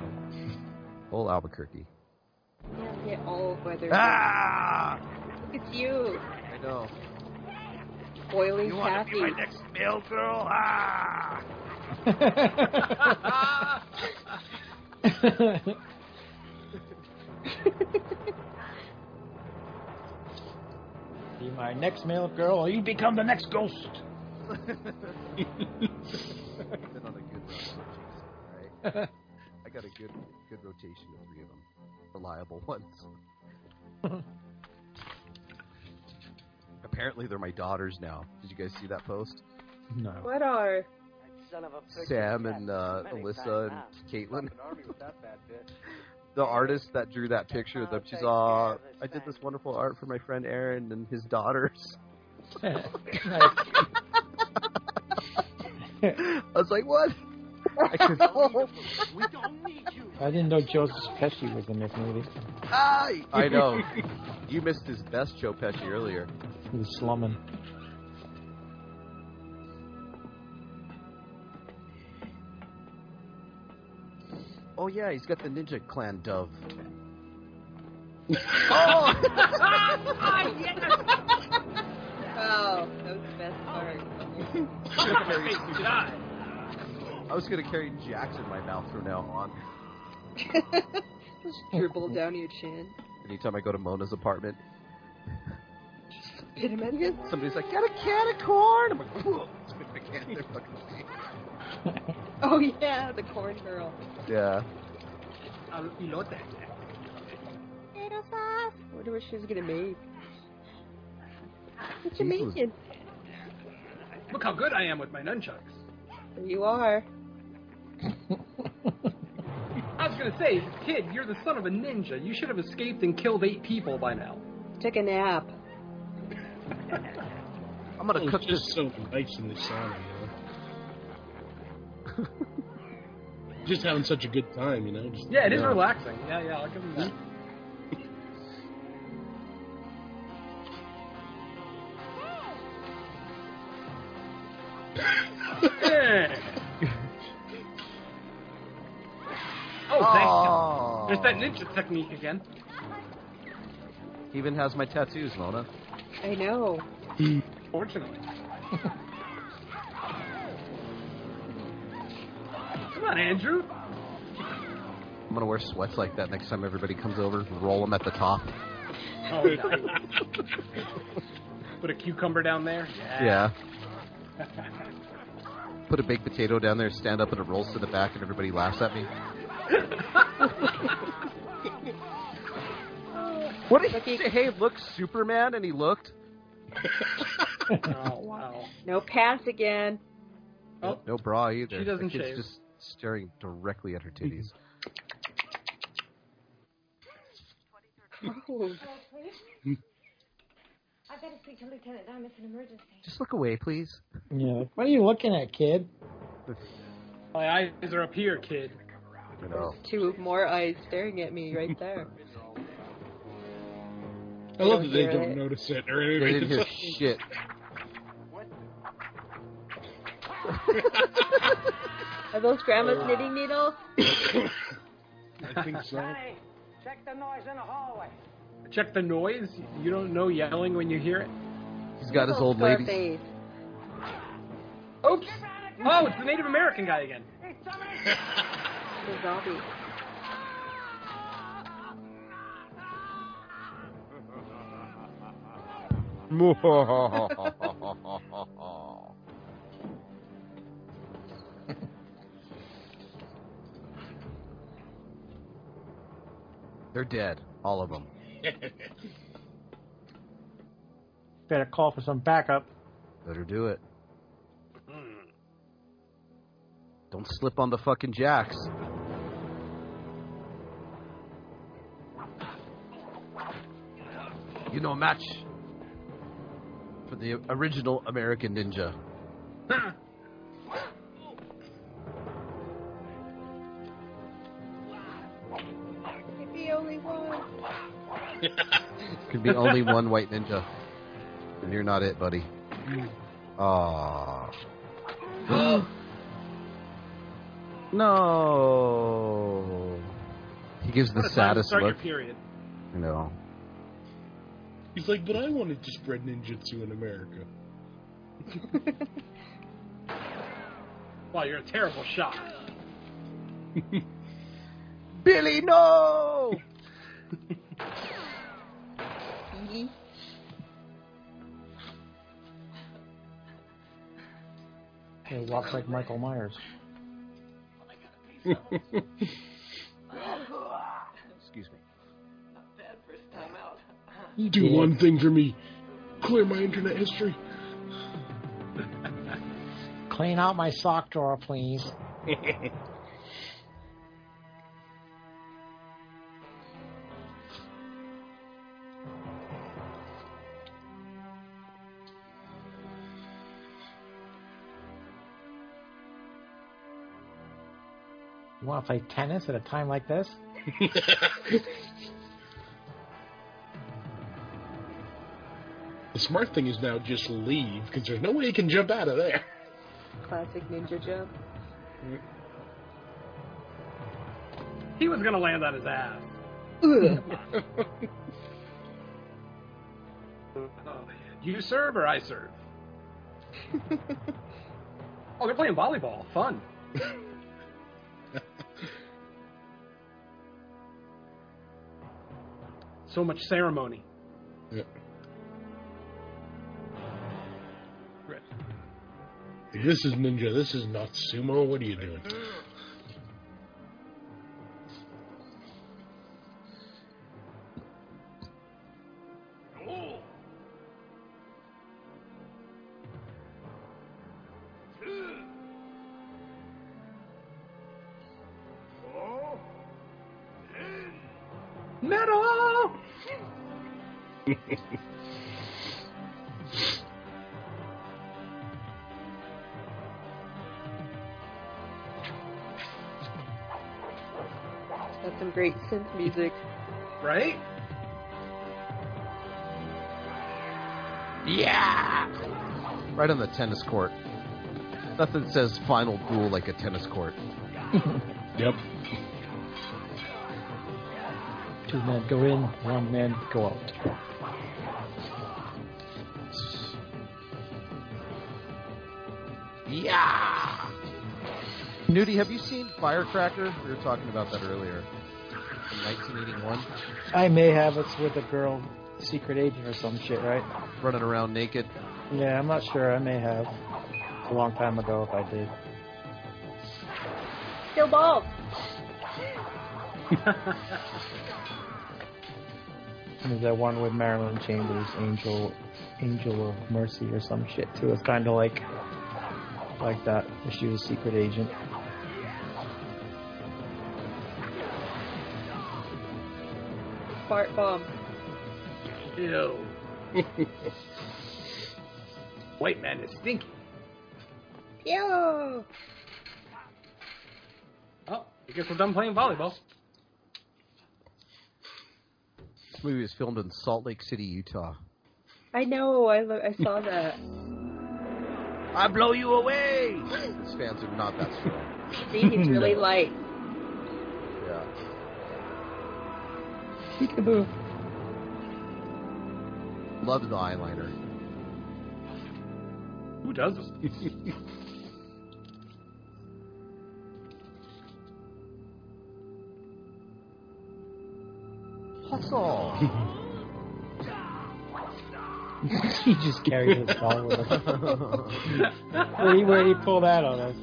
S4: Old Albuquerque.
S10: Yeah, get all weather.
S4: Ah!
S10: It's you,
S4: I know.
S10: oily
S18: You want to
S10: Kathy.
S18: be my next mail girl? Ah!
S19: Be my next male girl, or you become the next ghost.
S4: Been on a good run. Jesus, all right? I got a good good rotation of three of them, reliable ones. Apparently, they're my daughters now. Did you guys see that post?
S19: No.
S10: What are?
S2: Son of a bitch.
S4: Sam and uh, Alyssa and Caitlin. the artist that drew that picture of them, she's all, I did this wonderful art for my friend Aaron and his daughters. I was like, what? I could,
S16: We don't need you.
S19: I didn't know Joseph Pesci was in this movie.
S4: I, I know. You missed his best Joe Pesci earlier.
S19: He was slumming.
S4: Oh, yeah, he's got the Ninja Clan dove. oh!
S10: Oh, that was the best part.
S4: I was going to carry Jack's in my mouth from now on.
S10: Just dribble down your chin.
S4: Anytime I go to Mona's apartment,
S10: Hit him in his.
S4: somebody's like, got a can of corn? I'm like, whoa, spit my can in their fucking face.
S10: Oh yeah, the corn girl.
S4: Yeah.
S10: Potato sauce. Wonder what she was gonna make. What you
S4: Jesus.
S10: making?
S8: Look how good I am with my nunchucks.
S10: There you are.
S8: I was gonna say, kid, you're the son of a ninja. You should have escaped and killed eight people by now.
S10: Took a nap.
S4: I'm going to
S9: It's
S4: cook
S9: just
S4: this.
S9: so nice in the sauna, you know. just having such a good time, you know. Just,
S8: Yeah, it is
S4: Yeah.
S8: relaxing. Yeah, yeah, I'll give him that. Yeah. oh,
S4: Oh.
S8: thanks. There's that ninja technique again.
S4: He even has my tattoos, Mona.
S10: I know.
S8: Fortunately. Come on, Andrew.
S4: I'm gonna wear sweats like that next time everybody comes over. Roll them at the top.
S8: Oh, nice. Put a cucumber down there.
S4: Yeah. put a baked potato down there, stand up, and it rolls to the back, and everybody laughs at me. What did he say? Hey, look, Superman, and he looked.
S8: oh wow. Oh,
S10: No pants again.
S4: No, no bra either.
S8: She doesn't
S4: the kid's
S8: shave.
S4: just staring directly at her titties.
S10: Gross.
S5: I've got to speak to Lieutenant Dunn. It's an emergency.
S4: Just look away, please.
S19: Yeah. What are you looking at, kid?
S8: My eyes are up here, kid.
S4: You know.
S10: Two more eyes staring at me right there.
S9: I love that they
S10: Don't hear
S9: don't
S10: it.
S9: notice it or
S4: They
S9: anything.
S4: didn't hear shit.
S9: It's
S10: Are those
S4: Oh.
S10: grandma's knitting needles?
S9: like- I think so.
S2: Johnny, check the noise in the hallway.
S8: Check the noise. You don't know yelling when you hear it.
S4: He's got his old ladies.
S10: Oh, Scarface.
S8: Oops. Oh, it's the Native American guy again.
S10: The zombie.
S4: They're dead, all of them.
S19: Better call for some backup.
S4: Better do it. Don't slip on the fucking jacks. You know, a match for the original American Ninja.
S10: If he only was.
S4: Could be only one white ninja. And you're not it, buddy. Aww. no. He gives the
S8: What a time to
S4: saddest
S8: start
S4: look.
S8: Your period.
S4: You know.
S9: He's like, but I wanted to spread ninjutsu in America.
S8: Wow, you're a terrible shot.
S4: Billy, no!
S10: Really?
S19: He walks like Michael Myers.
S4: Excuse me.
S9: Do one thing for me. Clear my internet history.
S19: Clean out my sock drawer, please. You want to play tennis at a time like this?
S9: The smart thing is now just leave because there's no way he can jump out of there.
S10: Classic ninja jump.
S8: He was gonna land on his ass. Oh, you serve or I serve? oh, they're playing volleyball. Fun. so much ceremony.
S9: Yeah.
S8: Rip.
S9: This is ninja. This is not sumo. What are you doing?
S8: Metal!
S10: That's some great synth music.
S8: Right?
S4: Yeah! Right on the tennis court. Nothing says final duel like a tennis court.
S9: Yep.
S19: Two men go in, one man go out.
S4: Yeah! Nudie, have you seen Firecracker? We were talking about that earlier. From 1981.
S19: I may have it's with a girl secret agent or some shit, right?
S4: Running around naked.
S19: Yeah, I'm not sure. I may have. It's a long time ago if I did.
S10: Still bald.
S19: And There's that one with Marilyn Chambers, Angel, Angel of Mercy or some shit too. It's kind of like, like that. Where she was a secret agent.
S10: Bart bomb.
S8: Ew. White man is stinky.
S10: Ew.
S8: Oh, I guess we're done playing volleyball.
S4: This movie was filmed in Salt Lake City, Utah.
S10: I know. I lo- I saw that.
S4: I blow you away. His fans are not that strong.
S10: See, he's really light.
S4: Yeah.
S19: Peekaboo.
S4: Love the eyeliner.
S8: Who doesn't?
S4: That's all.
S19: he just carried his ball with him. where he where he pull that on us?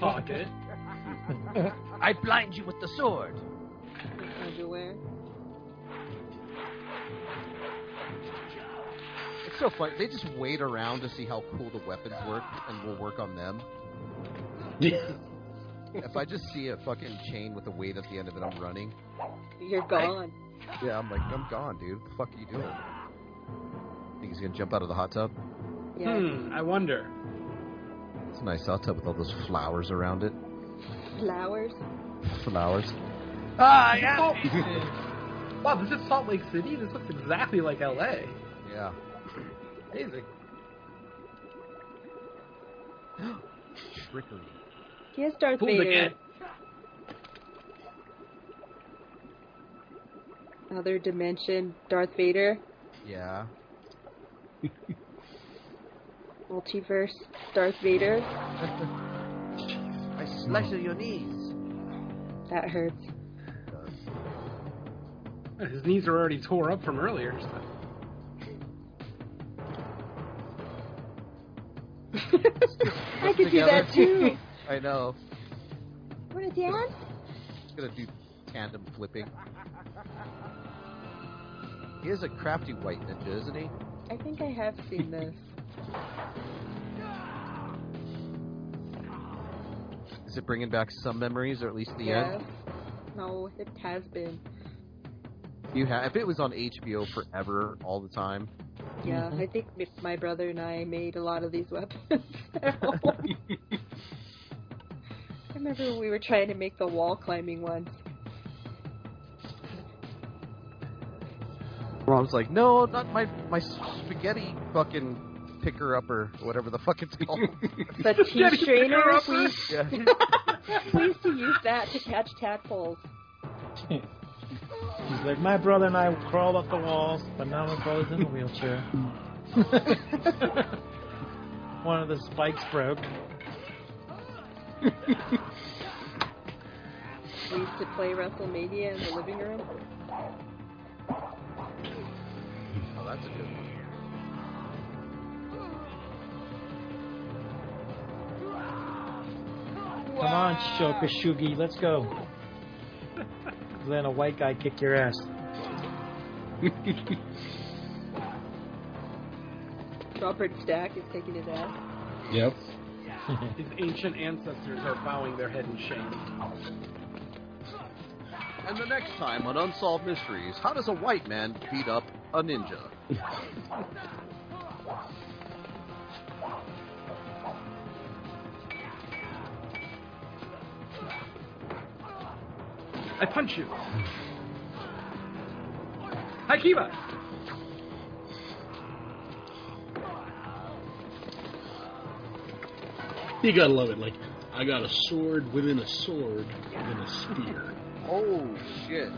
S8: Pocket.
S18: I blind you with the sword.
S10: Underwear.
S4: It's so funny. They just wait around to see how cool the weapons work, and we'll work on them. if I just see a fucking chain with a weight at the end of it, I'm running.
S10: You're gone.
S4: Yeah, I'm like, I'm gone, dude. What the fuck are you doing? Think he's gonna jump out of the hot tub?
S10: Yeah.
S8: Hmm, I wonder.
S4: It's a nice hot tub with all those flowers around it. Hmm.
S10: Flowers.
S4: Flowers.
S18: Ah, yeah.
S8: Wow, this is Salt Lake City? This looks exactly like LA.
S4: Yeah.
S8: Amazing.
S4: Trickery.
S10: He has Darth
S8: Fooled
S10: Vader.
S8: again.
S10: Another dimension. Darth Vader.
S4: Yeah.
S10: Multiverse. Darth Vader.
S4: I slice your knees.
S10: That hurts.
S8: His knees are already tore up from earlier. so-
S10: I could do that too.
S4: I know.
S10: Want to dance?
S4: He's gonna do tandem flipping. He is a crafty white ninja, isn't he?
S10: I think I have seen this.
S4: Is it bringing back some memories, or at least the
S10: yes.
S4: end?
S10: No, it has been.
S4: You have. If it was on HBO forever, all the time. Mm-hmm.
S10: Yeah, I think m- my brother and I made a lot of these weapons. at home. I remember when we were trying to make the wall climbing ones.
S4: Rom's like, no, not my my spaghetti fucking picker upper, whatever the fuck it's called.
S10: The tea strainer, we,
S4: yeah.
S10: we used to use that to catch tadpoles.
S19: He's like, my brother and I crawled up the walls, but now my brother's in a wheelchair. One of the spikes broke.
S10: We used to play WrestleMania in the living room.
S4: Oh, that's a good one.
S19: Come on, Shokashugi, let's go. Then a white guy kicked your ass.
S10: Robert Stack is taking his ass.
S9: Yep.
S8: His ancient ancestors are bowing their head in shame.
S4: And the next time on Unsolved Mysteries, how does a white man beat up a ninja?
S8: I punch you. Hakiba!
S9: You gotta love it. Like, I got a sword within a sword within a spear.
S4: Oh shit!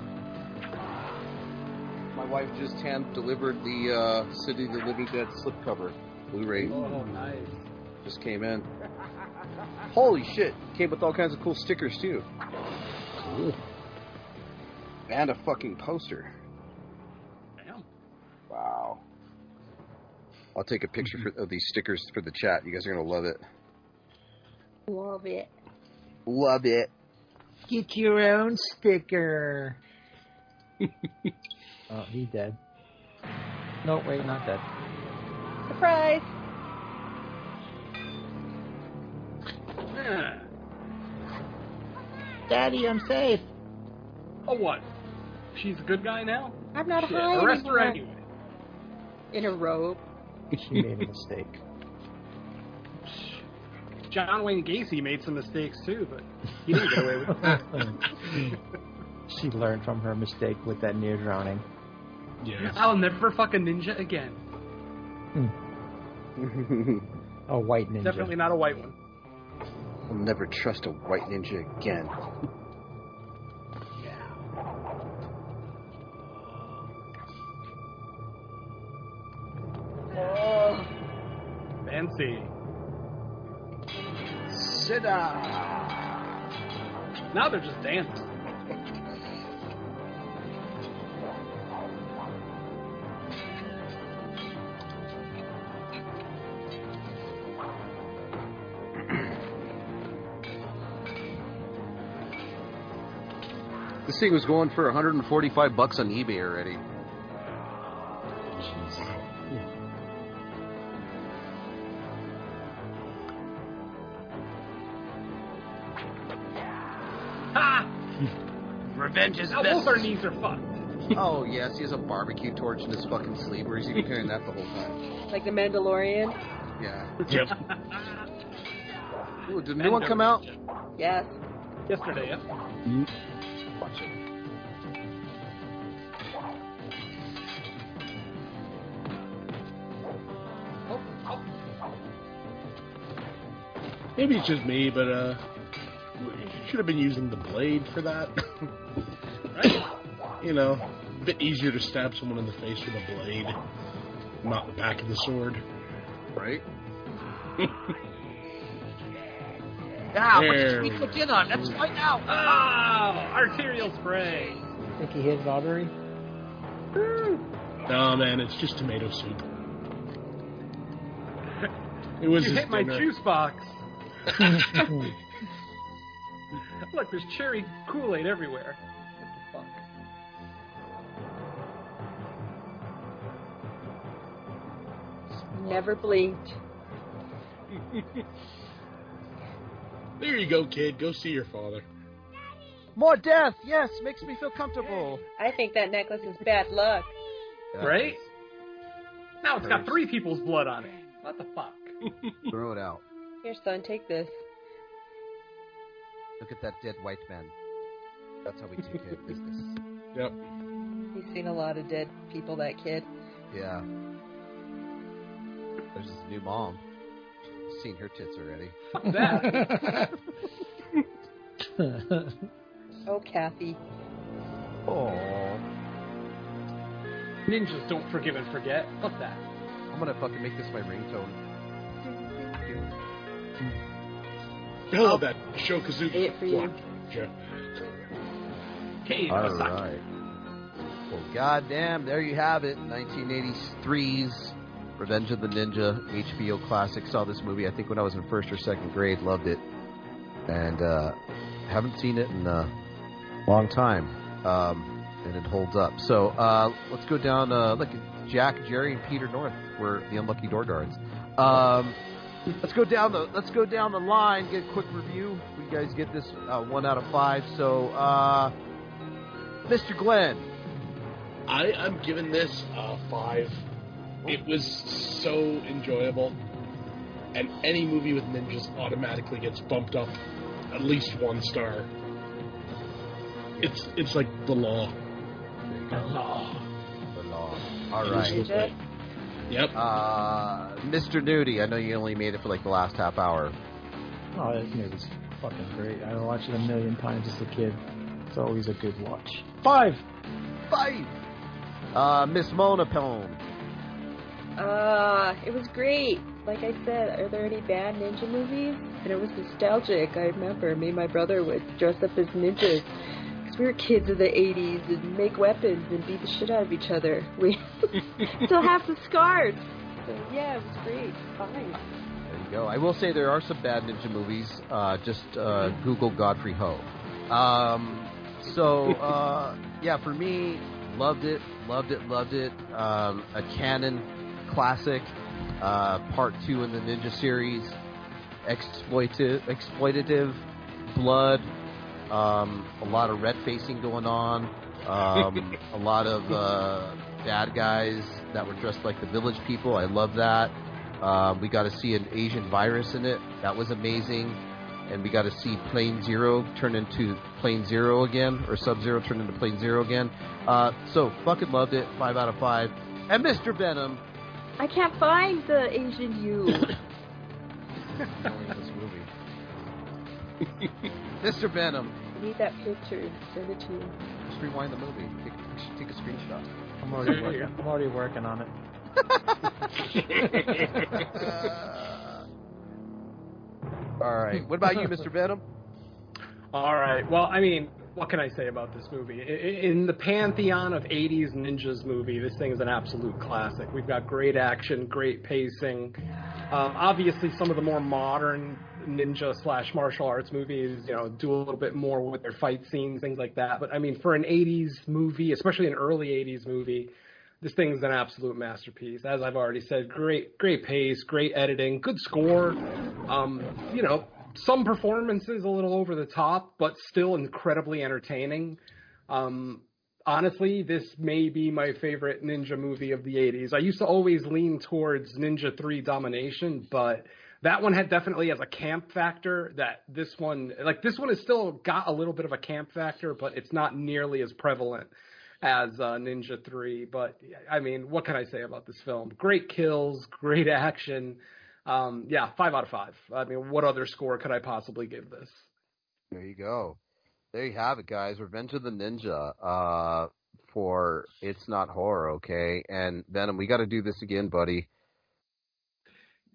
S4: My wife just hand delivered the uh, City of the Living Dead slipcover Blu-ray.
S8: Oh, nice.
S4: Just came in. Holy shit! Came with all kinds of cool stickers too,
S9: Cool.
S4: and a fucking poster.
S8: Damn.
S4: Wow. I'll take a picture for, of these stickers for the chat. You guys are gonna love it.
S10: Love it.
S4: Love it.
S17: Get your own sticker.
S19: Oh, he dead. No, wait, not dead.
S10: Surprise!
S17: Daddy, I'm safe.
S8: Oh, what? She's a good guy now?
S10: I'm not
S8: Shit,
S10: hiding.
S8: arrest her
S10: anymore.
S8: anyway.
S10: In a robe.
S19: She made a mistake.
S8: John Wayne Gacy made some mistakes too, but he didn't get away with it.
S19: She learned from her mistake with that near drowning.
S9: Yes.
S8: I'll never fuck a ninja again.
S19: A white ninja.
S8: Definitely not a white one.
S4: I'll never trust a white ninja again.
S8: Oh, fancy.
S4: Sit down.
S8: Now they're just dancing.
S4: This thing was going for 145 bucks on eBay already.
S8: Ha!
S18: Revenge is
S8: Now
S18: best.
S8: both our knees are fucked.
S4: oh yes, he has a barbecue torch in his fucking sleeve, where he's even carrying that the whole time.
S10: Like the Mandalorian.
S4: Yeah.
S9: Yep.
S4: Ooh, did a new one come out?
S10: Yes.
S8: Yesterday, yeah.
S4: Watch it.
S9: Maybe it's just me, but uh, should have been using the blade for that. you know, a bit easier to stab someone in the face with a blade, not the back of the sword.
S4: Right.
S18: Ah, what
S9: There
S18: did we
S9: we
S18: put in on? Let's find out.
S8: Ah, arterial spray.
S19: Think he hit an artery?
S9: Nah, man, it's just tomato soup. It was
S8: you
S9: his
S8: hit my
S9: dinner.
S8: juice box. Look, there's cherry Kool-Aid everywhere. What
S10: Never blinked.
S9: There you go, kid. Go see your father.
S4: More death. Yes, makes me feel comfortable.
S10: I think that necklace is bad luck.
S8: the fuck? Right? Now it's got three people's blood on it. What the fuck?
S4: Throw it out.
S10: Here, son, take this.
S4: Look at that dead white man. That's how we take care of business.
S9: Yep.
S10: He's seen a lot of dead people, that kid.
S4: Yeah. There's his new mom. Seen her tits already.
S8: Fuck that.
S10: Oh, Kathy.
S4: Oh.
S8: Ninjas don't forgive and forget. Fuck that.
S4: I'm gonna fucking make this my ringtone.
S9: I love that Shokazuki.
S10: It for you.
S8: Kane
S4: All
S8: Masaki.
S4: right. Well, goddamn, there you have it. 1983's Revenge of the Ninja HBO classic. Saw this movie, I think, when I was in first or second grade. Loved it, and uh, haven't seen it in a long time. Um, and it holds up. So uh, let's go down. Uh, look, Jack, Jerry, and Peter North were the unlucky door guards. Um, let's go down the let's go down the line. Get a quick review. We guys get this uh, one out of five. So, uh, Mr. Glenn,
S9: I, I'm giving this a five. It was so enjoyable, and any movie with ninjas automatically gets bumped up at least one star. It's it's like the law.
S4: The law. All
S9: It was
S4: right.
S9: just like- Yep.
S4: Uh, Mr. Nudie, I know you only made it for like the last half hour.
S19: Oh, that movie's fucking great. I watched it a million times as a kid. It's always a good watch. Five.
S4: Five. Uh, Miss Mona Pone.
S10: Ah, it was great. Like I said, are there any bad ninja movies? And it was nostalgic. I remember me and my brother would dress up as ninjas. 'Cause we were kids of the 80s and make weapons and beat the shit out of each other. We still have the scars. So yeah, it was great. Fine.
S4: There you go. I will say there are some bad ninja movies. Uh, just uh, Google Godfrey Ho. Um, so uh, yeah, for me, loved it, loved it, loved it. Um, a canon classic, uh, part two in the ninja series. Exploitive, exploitative, blood, um, a lot of red facing going on, um, a lot of uh, bad guys that were dressed like the village people. I love that. Um, we got to see an Asian virus in it. That was amazing. And we got to see Plane Zero turn into Plane Zero again, or Sub Zero turn into Plane Zero again. Uh, so, fucking loved it. Five out of five. And Mr. Venom.
S10: I can't find the Asian you.
S4: knowing this movie. Mr. Venom.
S10: I need that picture. Send it to you.
S4: Just rewind the movie. Take, a picture- take a screenshot.
S19: I'm already working, I'm already working on it.
S4: Uh, all right. What about you, Mr. Venom?
S8: All right. Well, I mean, what can I say about this movie? I- I- In the pantheon of 80s ninjas movie, this thing is an absolute classic. We've got great action, great pacing. Um, obviously, some of the more modern ninja slash martial arts movies, you know, do a little bit more with their fight scenes, things like that. But I mean, for an 80s movie, especially an early 80s movie, this thing is an absolute masterpiece. As I've already said, great, great pace, great editing, good score. Um, you know, some performances a little over the top, but still incredibly entertaining. Um, honestly, this may be my favorite ninja movie of the 80s. I used to always lean towards Ninja 3 Domination, but that one had definitely has a camp factor that this one, like this one has still got a little bit of a camp factor, but it's not nearly as prevalent as uh, Ninja 3. But I mean, what can I say about this film? Great kills, great action. Um, yeah, five out of five. I mean, what other score could I possibly give this?
S4: There you go. There you have it, guys. Revenge of the Ninja uh, for It's Not Horror, okay? And Venom, we got to do this again, buddy.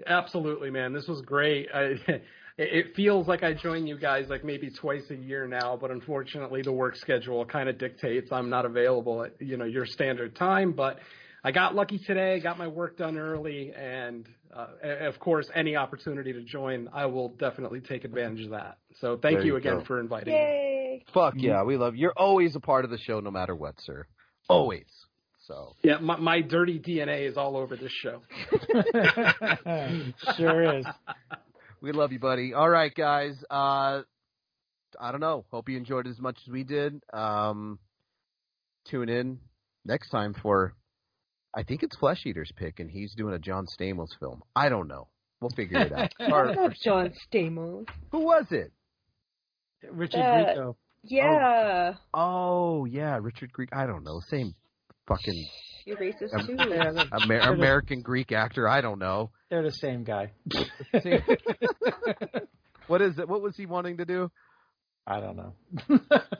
S8: Absolutely, man. This was great. I, it- it feels like I join you guys like maybe twice a year now, but unfortunately, the work schedule kind of dictates I'm not available at you know your standard time. But I got lucky today, got my work done early, and uh, a- of course, any opportunity to join, I will definitely take advantage of that. So thank
S4: There
S8: you
S4: you
S8: again
S4: go.
S8: for inviting me.
S10: Yay!
S4: Fuck yeah, we love You're always a part of the show no matter what, sir. Always. So.
S8: Yeah, my, my dirty DNA is all over this show.
S19: sure is.
S4: We love you, buddy. All right, guys. Uh, I don't know. Hope you enjoyed it as much as we did. Um, tune in next time for, I think it's Flesh Eater's pick, and he's doing a John Stamos film. I don't know. We'll figure it out.
S10: I love John Stamos.
S4: Who was it?
S19: Richard
S10: Uh,
S19: Rico.
S10: Yeah,
S4: Oh yeah, Richard Greek. I don't know. Same fucking
S10: you're racist
S4: Um,
S10: too.
S4: Amer- American Greek actor. I don't know.
S19: They're the same guy.
S4: Same- what is it? What was he wanting to do?
S19: I don't know.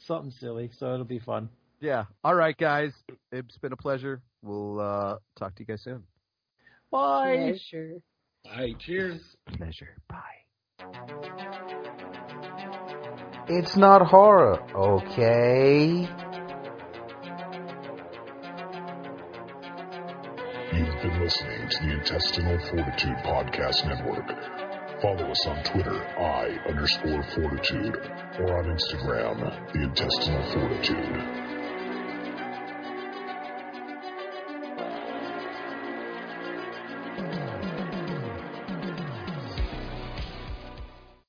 S19: Something silly, so it'll be fun.
S4: Yeah. All right, guys. It's been a pleasure. We'll uh, talk to you guys soon.
S19: Bye.
S10: Yeah, sure.
S9: Bye. Cheers.
S4: Pleasure. Bye. It's not horror, okay?
S1: You've been listening to the Intestinal Fortitude Podcast Network. Follow us on Twitter, I underscore fortitude, or on Instagram, the Intestinal Fortitude.